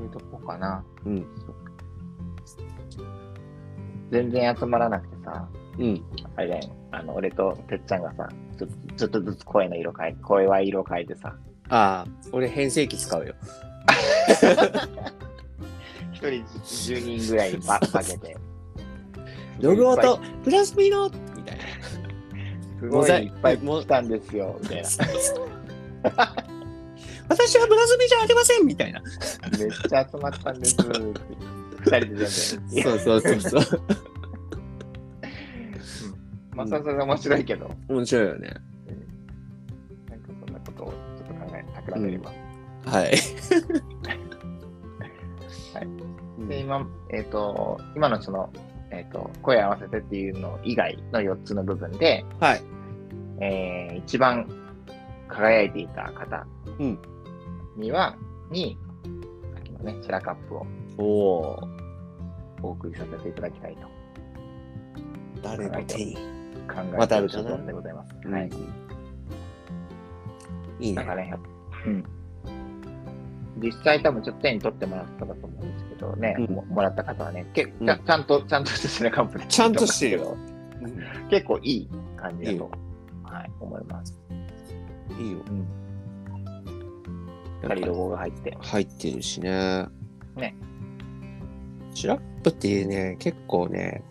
B: いうとこかな。
C: うん
B: 全然集まらなくてさ、
C: うん
B: あれだよ。あの、俺とてっちゃんがさ、ちょちょっとずつ声の色変え、声は色変えてさ、
C: ああ俺変声器使うよ
B: 一人10人ぐらいばかけて。
C: (laughs) ログオとプラスミノみ (laughs) たい
B: すごいいっぱい来たんですよ、みたいな。
C: な私はブラスミじゃありませんみたいな
B: めっちゃ集まったんです。二人で全部。いや
C: そうそうそうそう
B: まあ、それはそれで面白いけど、
C: (laughs) 面白いよね
B: なんかそんなことをちょっと考え、企めれば。
C: はい
B: はい
C: うん
B: で、今、えっ、と、今のその、えっ、と、声合わせてっていうの以外の4つの部分で、
C: はい
B: えー一番輝いていた方
C: うん
B: には、に、さっきのね、シェラカップを
C: おおー
B: お送りさせていただきたいと
C: 誰の手に
B: 考え
C: ま
B: て
C: たあ
B: いる
C: るか
B: 所
C: な
B: 存でございます。はい。
C: いい
B: なん
C: ね
B: かね、うん。実際多分ちょっと手に取ってもらったかと思うんですけどね、
C: うん
B: ももらった方はね、けち
C: うん
B: ゃちゃんと、ちゃんとしたシェラカップで。
C: ちゃんとしてるよ。うん
B: 結構いい感じだ
C: いい
B: と、
C: よ
B: はい、思います。
C: いいよ。
B: うん。やっぱりロゴが入って。
C: 入ってるしね。
B: ね。
C: シラップっていうね、結構ね、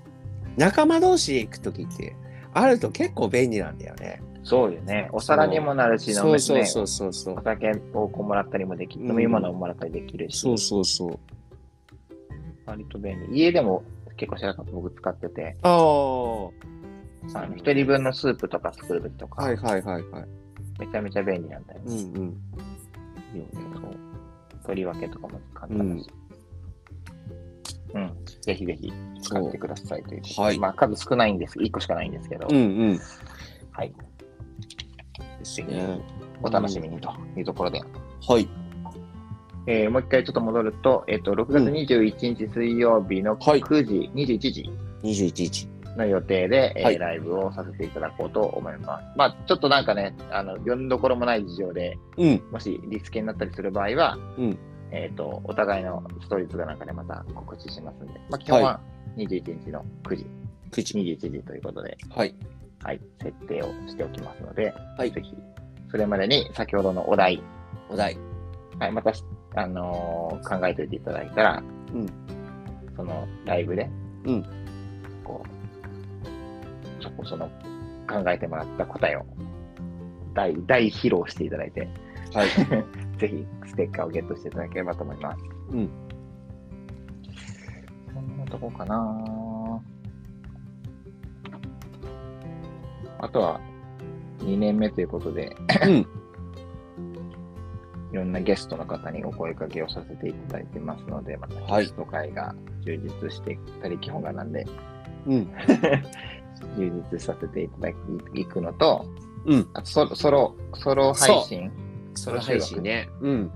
C: 仲間同士で行くときって、あると結構便利なんだよね。
B: そうよね。お皿にもなるし、飲
C: そう
B: むし
C: そう
B: ね。
C: そうそうそう
B: お酒をこうもらったりもでき、
C: うん
B: 飲み物をもらったりできるし、
C: そうそうそう
B: 割と便利。家でも結構シェラカップ僕使ってて、
C: ああは
B: あの一人分のスープとか作るときとか、
C: いはいはいはい
B: めちゃめちゃ便利なんだよ
C: う
B: ね。
C: んうん
B: そう取り分けとかも簡単だし。うん、ぜひぜひ使ってくださいということで
C: はい
B: まあ数少ないんです、1個しかないんですけど、
C: うんうん
B: はい。
C: ですね
B: お楽しみにというところで、
C: はい
B: えーもう一回ちょっと戻ると、えっ、と、6月
C: うん
B: 21日水曜日の
C: はい
B: 9時、21時
C: 21日
B: の予定で、えー
C: はい
B: ライブをさせていただこうと思います。まあ、ちょっとなんかね、あの、呼んどころもない事情で、
C: うん
B: もしリスケになったりする場合は、
C: うん
B: えっ、と、お互いのストーリーズがなんかでまた告知しますんで、まあ、基本は21日の9時、
C: 9時
B: 21時ということで、
C: はい
B: はい、設定をしておきますので、
C: はい
B: ぜひ、それまでに先ほどのお題、
C: お題
B: はい、またし、あのー考えておいていただいたら、
C: うん
B: そのライブで、
C: うん
B: こう、ちょっとその考えてもらった答えを大大披露していただいて、
C: はい (laughs)
B: ぜひステッカーをゲットしていただければと思います。
C: うん。
B: そんなとこかなあとは、2年目ということで、
C: うん
B: いろんなゲストの方にお声掛けをさせていただいてますので、また
C: はい
B: ゲスト会が充実して、たり基本がなんで、
C: うん
B: 充実させていただきいくのと、
C: うん
B: あとソロソロ、ソロ配信、
C: それ配信ねうん
B: うん、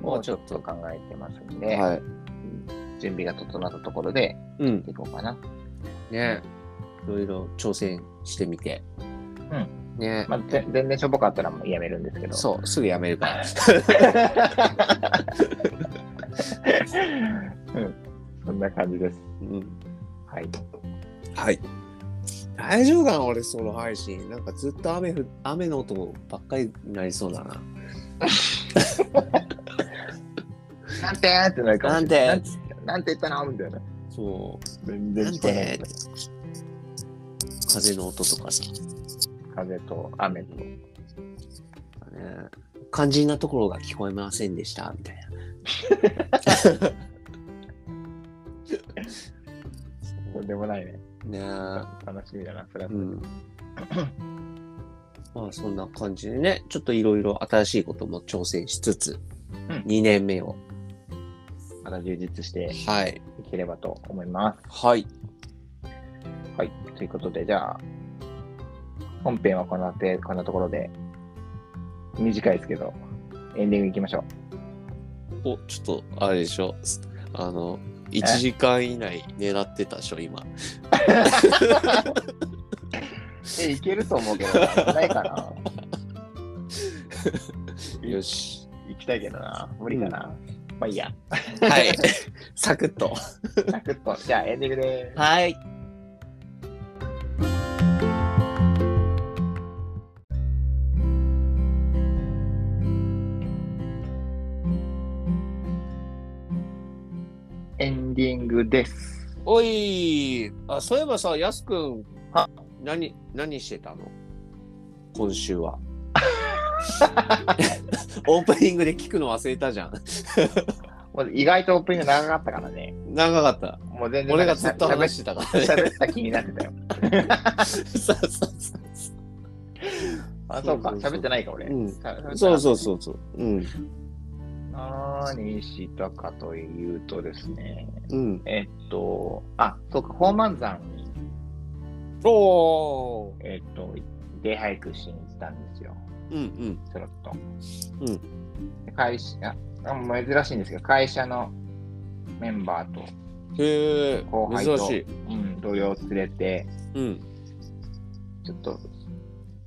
B: もうちょっと考えてますんで、
C: はい
B: 準備が整ったところで
C: うん
B: いこうかな。
C: ねいろいろ挑戦してみて
B: ん
C: ね
B: まあ、ぜ全然しょぼかったらもうやめるんですけど。
C: そうすぐやめるから
B: (laughs) うんそんな感じです。
C: (laughs) うん
B: はい。
C: はい。大丈夫かな俺、ソロ配信。なんかずっと雨ふ雨の音ばっかりになりそうだな。
B: なんてーってなるかもしれな
C: な
B: い。
C: ん
B: てなんて言ったのみたいな。
C: そ
B: 全然聞こえな
C: う、
B: い。
C: 風の音とかさ、
B: 風と雨と。
C: ね、肝心なところが聞こえませんでした、みたいな。
B: とんでもないね。
C: ね
B: 楽しみだな、それは
C: う。ん。まあそんな感じでね、ちょっといろいろ新しいことも挑戦しつつ、
B: うん
C: 2年目を。
B: また充実して
C: はい。
B: いければと思います。
C: はい。
B: はい。ということで、じゃあ、本編はこんなてこんなところで、短いですけど、エンディングいきましょう。
C: お、ちょっと、あれでしょ。すあの、1時間以内狙ってたでしょ、今。
B: え、いけると思うけどな、ないか (laughs) な。
C: よし。
B: 行きたいけどな、無理かな。まあいいや。
C: (laughs) はい。サクッと。
B: サクッと。じゃあ、エンディングでーす。
C: はい。
B: エンディングです。
C: おいあ、そういえばさ、やすくん
B: は、
C: 何、何してたの今週 (laughs) は。オープニングで聞くの忘れたじゃん。
B: もう意外とオープニング長かったからね。
C: 長かった。
B: もう全然
C: 俺がずっと
B: 喋っ
C: 話してたからね。
B: 喋った気になってたよ。
C: (laughs) そうそうそう
B: あ、そうか。
C: そうそうそう
B: 喋ってないか、俺。
C: うん
B: さ喋ってなかった
C: そうそうそうそう。うん。
B: 何したかというとですね、
C: うん。
B: えっと、あ、そうか、宝満山に、
C: おー。
B: えっと、出俳句しに行ったんですよ。
C: うんうん。
B: ちょろっと。
C: う
B: 会社、あ、珍しいんですけど、会社のメンバーと、
C: へえ
B: 後、輩と
C: 珍しい。
B: うん、同僚を連れて、
C: うん。
B: ちょっと、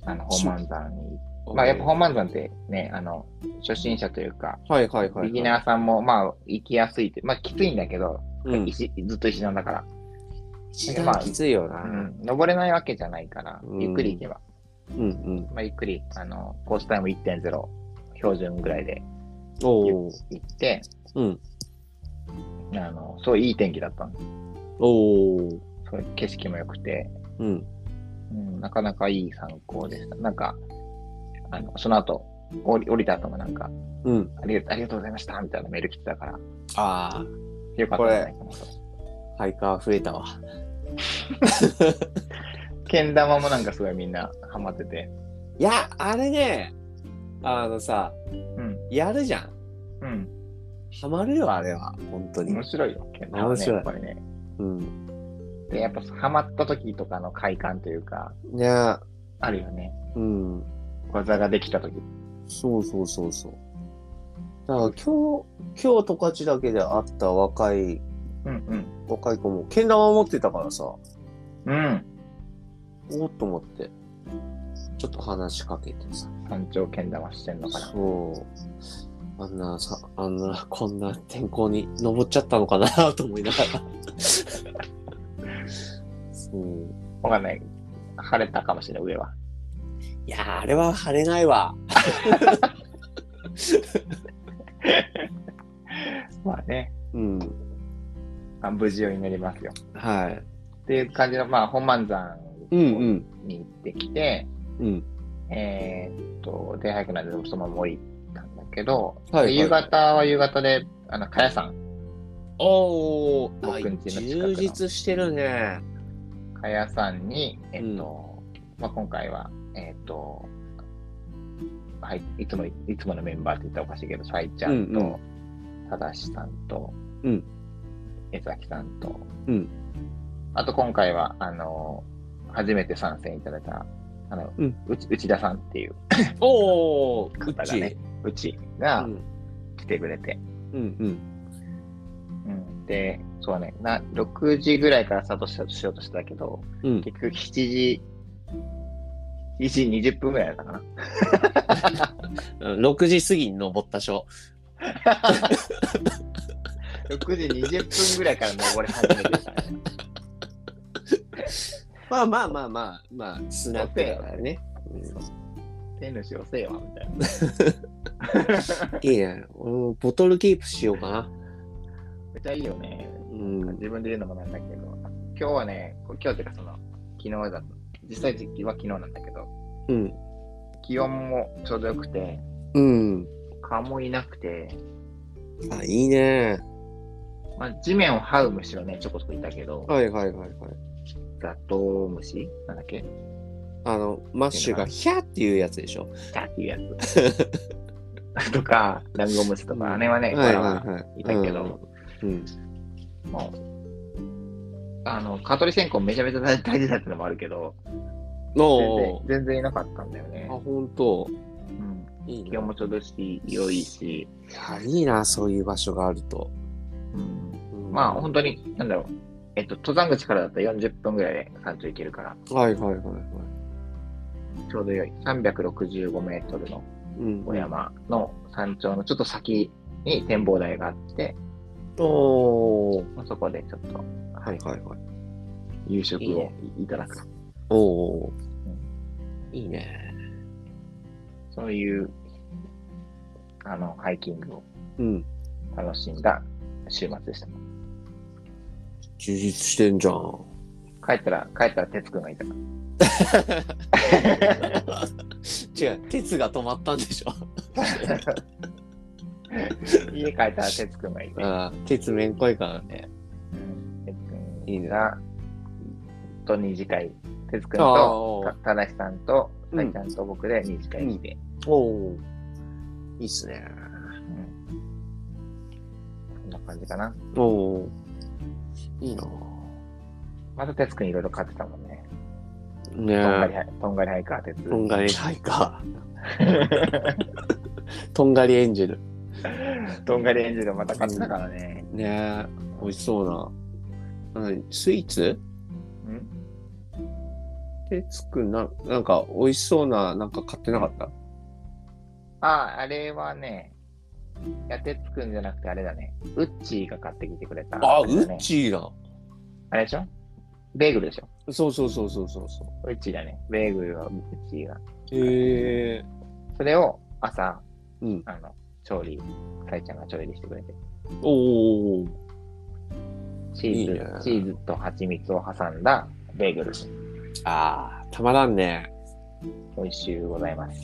B: あの、宝満山にまあ、やっぱ本満山ってね、あの、初心者というか、
C: はいはいはいはい。
B: ビギナーさんも、まあ、行きやすいって、まあ、きついんだけど、
C: うん。
B: 石ずっと石段だから、
C: 一番きついよな。
B: うん、登れないわけじゃないから
C: う、ん
B: ゆっくり行けば、
C: うんうん。
B: まあ、ゆっくり、あの、コースタイム1.0、標準ぐらいで
C: おお。
B: 行って、
C: うん。
B: あの、そういい天気だったんです。
C: おお。
B: そう景色も良くて、
C: うん。
B: うん、なかなかいい参考でした。なんか、あのその後降り、降りた後もなんか
C: うん。
B: ありが、ありがとうございましたみたいなメール来てたから、
C: あ
B: よかったんじゃないかなと。
C: あ、ハイカー増えたわ。
B: けん玉もなんかすごいみんなハマってて。
C: いや、あれね、あのさ、
B: うん。
C: やるじゃん。
B: うん。
C: ハマるよ、あれは。本当に
B: 面。白いよ、けん玉、ね。
C: 面白い
B: やっぱりね。
C: うん。
B: で、やっぱハマった時とかの快感というか、
C: ねえ
B: あるよね。
C: うん。
B: 技ができた時。
C: そうそうそうそう。だから今日、今日十勝だけで会った若い、
B: うん
C: 若い子も、けん玉持ってたからさ、お
B: うん。うん。
C: おっと思って、ちょっと話しかけてさ。
B: 山頂けん玉してんのかな。
C: そう。あんなさ、あんな、こんな天候に登っちゃったのかなと思いながら。そう。
B: わかんない。晴れたかもしれない、上は。
C: いやー、あれは晴れないわ。
B: まあね、
C: うん。
B: あ無事を祈りますよ。
C: はい。
B: っていう感じの、まあ、本満山
C: うんうん。
B: に行ってきて、
C: うん。
B: えーっと、で、早くなんで、そのまま降りたんだけど、
C: はい
B: で夕方は夕方で、あの、かやさん、
C: おお
B: 僕ん家の近くの
C: 充実してるね。
B: かやさんに、えっと、まあ、今回は、えーっと、はい、いつも、いつものメンバーって言ったらおかしいけど、さいちゃんと、
C: う
B: た
C: ん
B: だしさんと、
C: うん
B: 江崎さんと、
C: うん
B: あと今回は、あの、初めて参戦いただいた、あの、
C: うん
B: うち内田さんっていう
C: おお、う
B: 方が
C: ち。
B: ね、うち
C: う
B: が
C: ん
B: 来てくれて、
C: うんうん。
B: うん、で、そうねな、6時ぐらいからスタートししようとしてたけど、
C: うん。
B: 結局7時、7時20分ぐらいだったかな。
C: 6時過ぎに登ったしょ。
B: 6時20分ぐらいから登り始めてたね。
C: まあまあまあまあ、まあ、スナックだからね。
B: 手主をせえわ、みたいな。
C: いいね。俺もボトルキープしようかな。
B: めっちゃいいよね。
C: うん。
B: 自分で言うのもなんだけど、今日はね、こ今日っていうかその、昨日だと、実際時期は昨日なんだけど、
C: うん。
B: 気温もちょうどよくて、
C: うん。
B: 蚊もいなくて、
C: あ、いいね。
B: まあ、地面を這う虫はね、ちょこちょこいたけど、
C: はいはいはいはい。
B: ガトウムシなんだっけ
C: あの、マッシュがヒャーっていうやつでしょ。
B: たっていうやつ。 (laughs) とか、ダンゴムシとか、あれはね、
C: はい
B: ま
C: は
B: あ
C: いはい。
B: いたけど、
C: うん。うん。
B: もう、あの、蚊取り線香めちゃめちゃ大大事だってのもあるけど、全
C: お
B: 然
C: ー。
B: 全然いなかったんだよね
C: あ、。ほんと。
B: うん、
C: いいね
B: 気温もちょうどし良いし、
C: いや、いいな、そういう場所があると。
B: うん、
C: うん
B: まあ、本当に、なんだろう、えっと、登山口からだったら40分ぐらいで山頂行けるから、
C: はいはいはいはい。
B: ちょうど良い。365メートルの
C: うん
B: お山の山頂のちょっと先に展望台があって、
C: おー。
B: まあそこでちょっと
C: はいはいはい。
B: 夕食
C: いい
B: を
C: ね
B: いただくと。
C: おお、いいね。
B: そういう、あの、ハイキングを
C: うん。
B: 楽しんだ週末でした。
C: 充実してんじゃん。
B: 帰ったら、帰ったら哲くんがいたか
C: 違う、鉄が止まったんでしょ。
B: ら。家帰ったら哲くんがいて。
C: ああ、鉄めんこいからね。
B: うん哲
C: いい
B: くん
C: ね
B: が、と二次会。哲くん
C: あ
B: と、
C: お
B: た
C: ー
B: ただしさんと、
C: うん
B: さいちゃんと僕で二次会して。
C: おー。いいっすね。
B: うんこんな感じかな。
C: おお。いいな。
B: また哲くんいろいろ買ってたもんね。とんがり
C: ね
B: ハイ、とんがりハイカー哲。
C: え。とんがりハイカー。とんがりエンジェル。
B: とんがりエンジェルまた買ってたからね。
C: ねえ。美味しそうな。何スイーツ
B: うん
C: てつくんな、なんか美味しそうな、なんか買ってなかった
B: あ、あれはね、いや、てつくんじゃなくてあれだね。ウッチーが買ってきてくれた、
C: あ、ウ
B: れだね
C: ッチーだ。
B: あれでしょベーグルでしょ
C: そうそうそうそうそうそう。
B: ウッチーだね。ベーグルはウッチーが。
C: へえ
B: それを朝、
C: うん。
B: あの、調理、さいちゃんが調理してくれて。
C: おお。
B: チーズ、
C: いいね
B: チーズと蜂蜜を挟んだベーグル。
C: ああ、たまらんね。
B: 美味しゅうございます。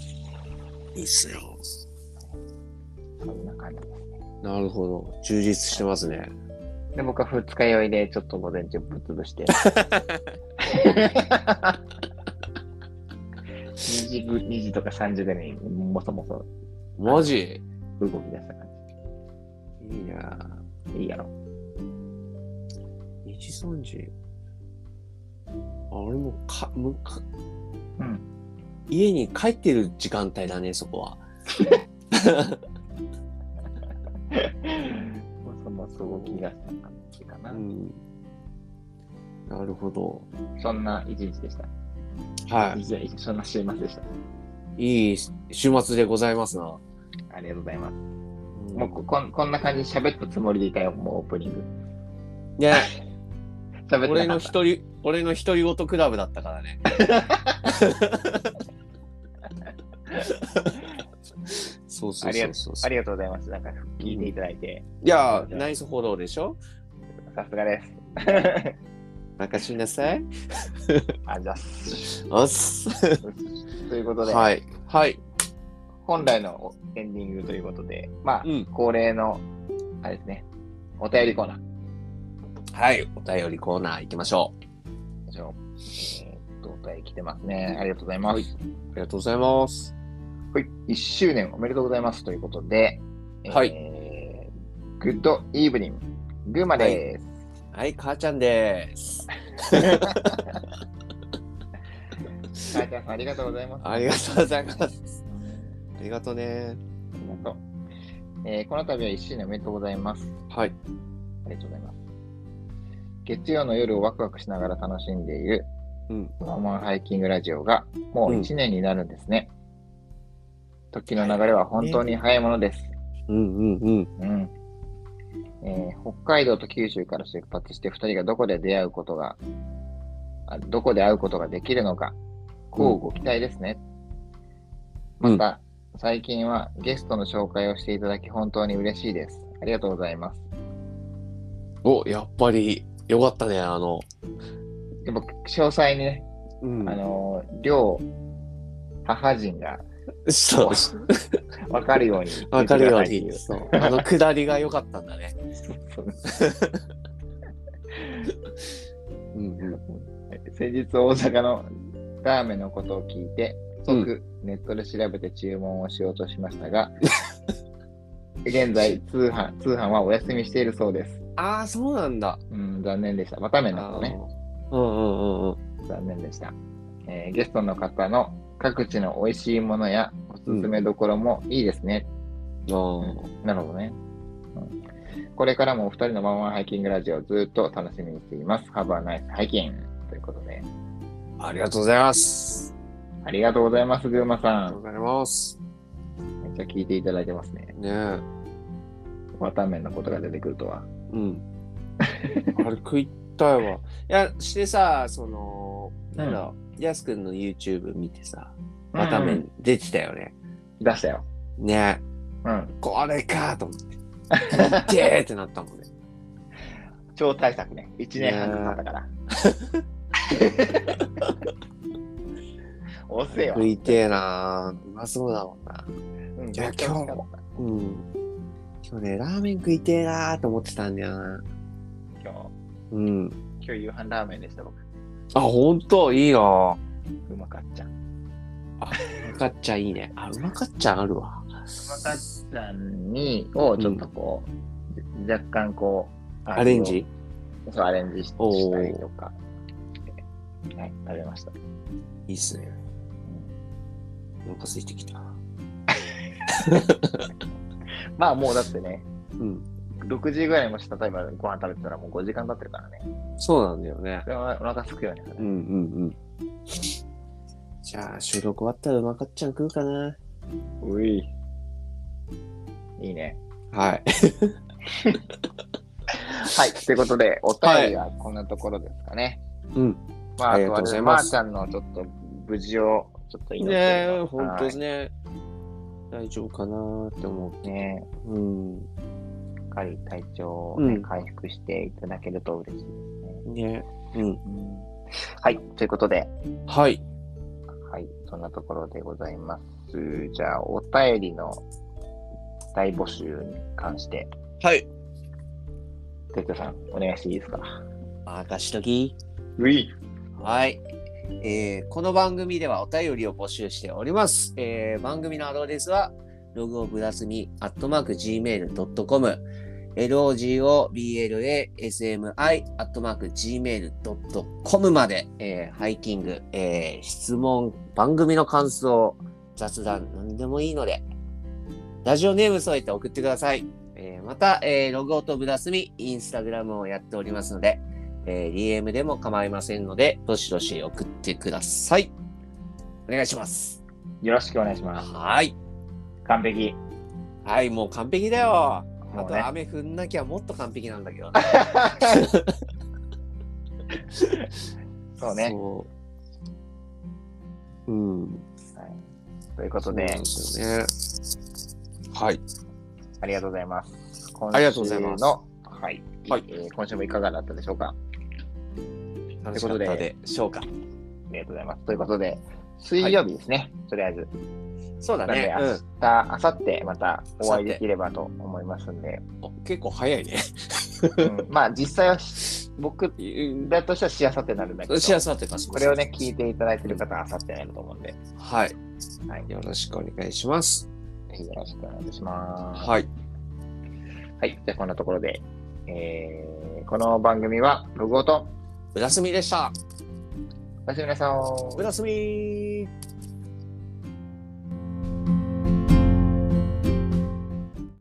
C: いいっすよ。
B: そんな感じですね。
C: なるほど。充実してますね。
B: で、僕は二日酔いで、ちょっと午前中ぶっ潰して。2時ぐ、2時とか3時でね、もそもそ
C: マジ
B: 動き出した感
C: いいな
B: じ。いいやろ。
C: 2時3時。あ俺もか、むか、
B: うん
C: 家に帰ってる時間帯だね、そこは。
B: もそもそ動き出した感じかな。
C: ん。なるほど。
B: そんな一日でした。
C: はい
B: やいやそんな週末でした。
C: い。いい週末でございますな。
B: ありがとうございます。
C: うん
B: もうここんこんな感じで喋ったつもりでいたよ、もうオープニング。
C: ね、
B: 喋って
C: 俺
B: な
C: の
B: かった。
C: 一人、俺の一人ごとクラブだったからね。そうそうそうそう
B: ありがとうございます。なんか聞いていただいて、
C: いや、ナイスフォローでしょ
B: さすがです。
C: 任しなさい。
B: あ、
C: (laughs)
B: じゃあ、す
C: おっす。
B: ということで、
C: はい。はい。
B: 本来のエンディングということで、まあ、
C: うん。
B: 恒例の、あれですね、お便りコーナー。
C: はい。お便りコーナー行きましょう。
B: じゃあえーっと、お便り来てますね。ありがとうございます。
C: はいありがとうございます。
B: はい、1周年おめでとうございますということで、
C: はい
B: えーグッドイーブニング、グーマです。
C: はい、母ちゃんです。
B: (laughs) さあちゃんさんありがとうございます。
C: ありがとうございます。ありがとうね。
B: ありがとう。えーこの度は1周年おめでとうございます。
C: はい。
B: ありがとうございます。月曜の夜をワクワクしながら楽しんでいる
C: うん。
B: ワンマンハイキングラジオがもう1年になるんですね。時の流れは本当に早いものです。
C: うんうんうん。
B: うんえー北海道と九州から出発して2人がどこで出会うことが、あどこで会うことができるのか、こうご期待ですね。
C: うん
B: また、最近はゲストの紹介をしていただき本当に嬉しいです。ありがとうございます。
C: お、やっぱり、よかったね、あの。
B: でも、詳細にね、
C: うん
B: あのー両母人が
C: そう。
B: 分かるように
C: わかるよう
B: 言ってく
C: に。
B: だ
C: そ
B: さいっていう
C: う。あの、下りが良かったんだね。うんうん。
B: 先日大阪のラーメンのことを聞いて即ネットで調べて注文をしようとしましたが、現在通販通販はお休みしているそうです、
C: ああ、そうなんだ。
B: うん、残念でしたまた
C: あ
B: 麺だった
C: ー
B: ね
C: うんうんうんうん。
B: 残念でした、えーゲストの方の各地の美味しいものやおすすめどころもいいですね、
C: あ
B: なるほどね、うんこれからもお二人のワンワンハイキングラジオをずっと楽しみにしています。ハバーナイスハイキングということで、
C: あありがとうございます。
B: ありがとうございます、ぐうま
C: あ
B: さ。
C: りがとうんございます。
B: めっちゃ聞いていただいてますね。
C: ねえ。
B: わためんのことが出てくるとは。
C: (laughs) うん。あれ食いたいわ。いや、してさ、その、なんだろう、やすくんの YouTube 見てさ、また
B: う
C: 麺
B: ん
C: 出てたよね。
B: 出したよ。
C: ね
B: うん。
C: これかと思 (laughs) って。持ってーってなったもんね。
B: 超大作ね。1年半経ったから。遅えわ。
C: 食いてえなーうまそうだもんな。
B: うん
C: いや今日も。うん。今日ね、ラーメン食いてえなーと思ってたんだよな。
B: 今日、
C: うん。
B: 今日夕飯ラーメンでした、僕。
C: あ、ほんといいなー
B: うまかっちゃん。う
C: うまかっちゃんいいね。あ、うまかっちゃんあるわ。
B: まかっちゃんに、をちょっとこう、じ若干こう、
C: アレンジ
B: そう、アレンジし
C: おー
B: したりとか。はい、食べました。
C: いいっすね。お腹空いてきた。
B: まあもうだってね、
C: うん。
B: 6時ぐらいにもし例えばご飯食べてたらもう5時間経ってるからね。
C: そうなんだよね
B: そ。れはお腹すくよね。
C: うんうんうん。じゃあ、収録終わったらうまかっちゃん食うかな。
B: うい。いいね。
C: はい。
B: はい。ということで、お便りはこんなところですかね。
C: うん。
B: まあ、
C: あ
B: あ
C: り
B: と
C: がとう
B: は
C: ござ
B: ね、
C: い
B: ま
C: ま
B: ー
C: す
B: ちゃんのちょっと無事をちょっと祈って
C: ねえ、ほんと
B: で
C: ですす
B: ね。
C: ね。大丈夫かなって思
B: はいね
C: う。うん。
B: しっかり体調をね、
C: うん
B: 回復していただけると嬉しいですね。
C: ねうん。
B: うんはい、ということで、
C: はい。
B: はい、そんなところでございます。じゃあ、お便りの大募集に関して、
C: はい。
B: 哲也さん、お願いしていいですか。
C: 任しとき。
B: うい。
C: はい。えーこの番組ではお便りを募集しております。えー番組のアドレスは、ログをブラスミ、アットマーク Gmail.com、logoblasmi、アットマーク Gmail.com まで、えーハイキング、えー質問、番組の感想、雑談、何でもいいので、ラジオネーム添えて送ってください。えーまた、えーログオとブラスミ、インスタグラムをやっておりますので、えー DM でも構いませんので、どしどし送ってください。お願いします。
B: よろしくお願いします。
C: はい。
B: 完璧。
C: はい、もう完璧だよ。あ
B: もう
C: と
B: ね、
C: 雨降んなきゃもっと完璧なんだけどね。
B: そうね
C: そう。うん。
B: ということで、
C: そうなんですよね。はい。
B: ありがとうございます。今週の
C: ありがとうございます
B: はい。
C: はい
B: えー今週もいかがだったでしょうか。
C: 楽しかったでしょうか。
B: ありがとうございます。ということで、水曜日ですね、とりあえず。
C: そうだ
B: なので、
C: ね。う
B: 明
C: ん
B: 日、明後日またお会
C: 明後日
B: いできればと思いますんで、
C: お結構早いね。
B: うんまあ実際はし僕だとしたらしあさってになるんだけど、
C: 幸せだって感じ。
B: これをね、聞いていただいてる方はあさってになると思うんで、
C: はい。
B: はい、
C: よろしくお願いします。
B: ぜひよろしくお願いします。
C: はい。
B: はい、じゃあこんなところで、えー、この番組は、ログオと、
C: おやすみでした。
B: おやすみなさーい
C: おやすみー。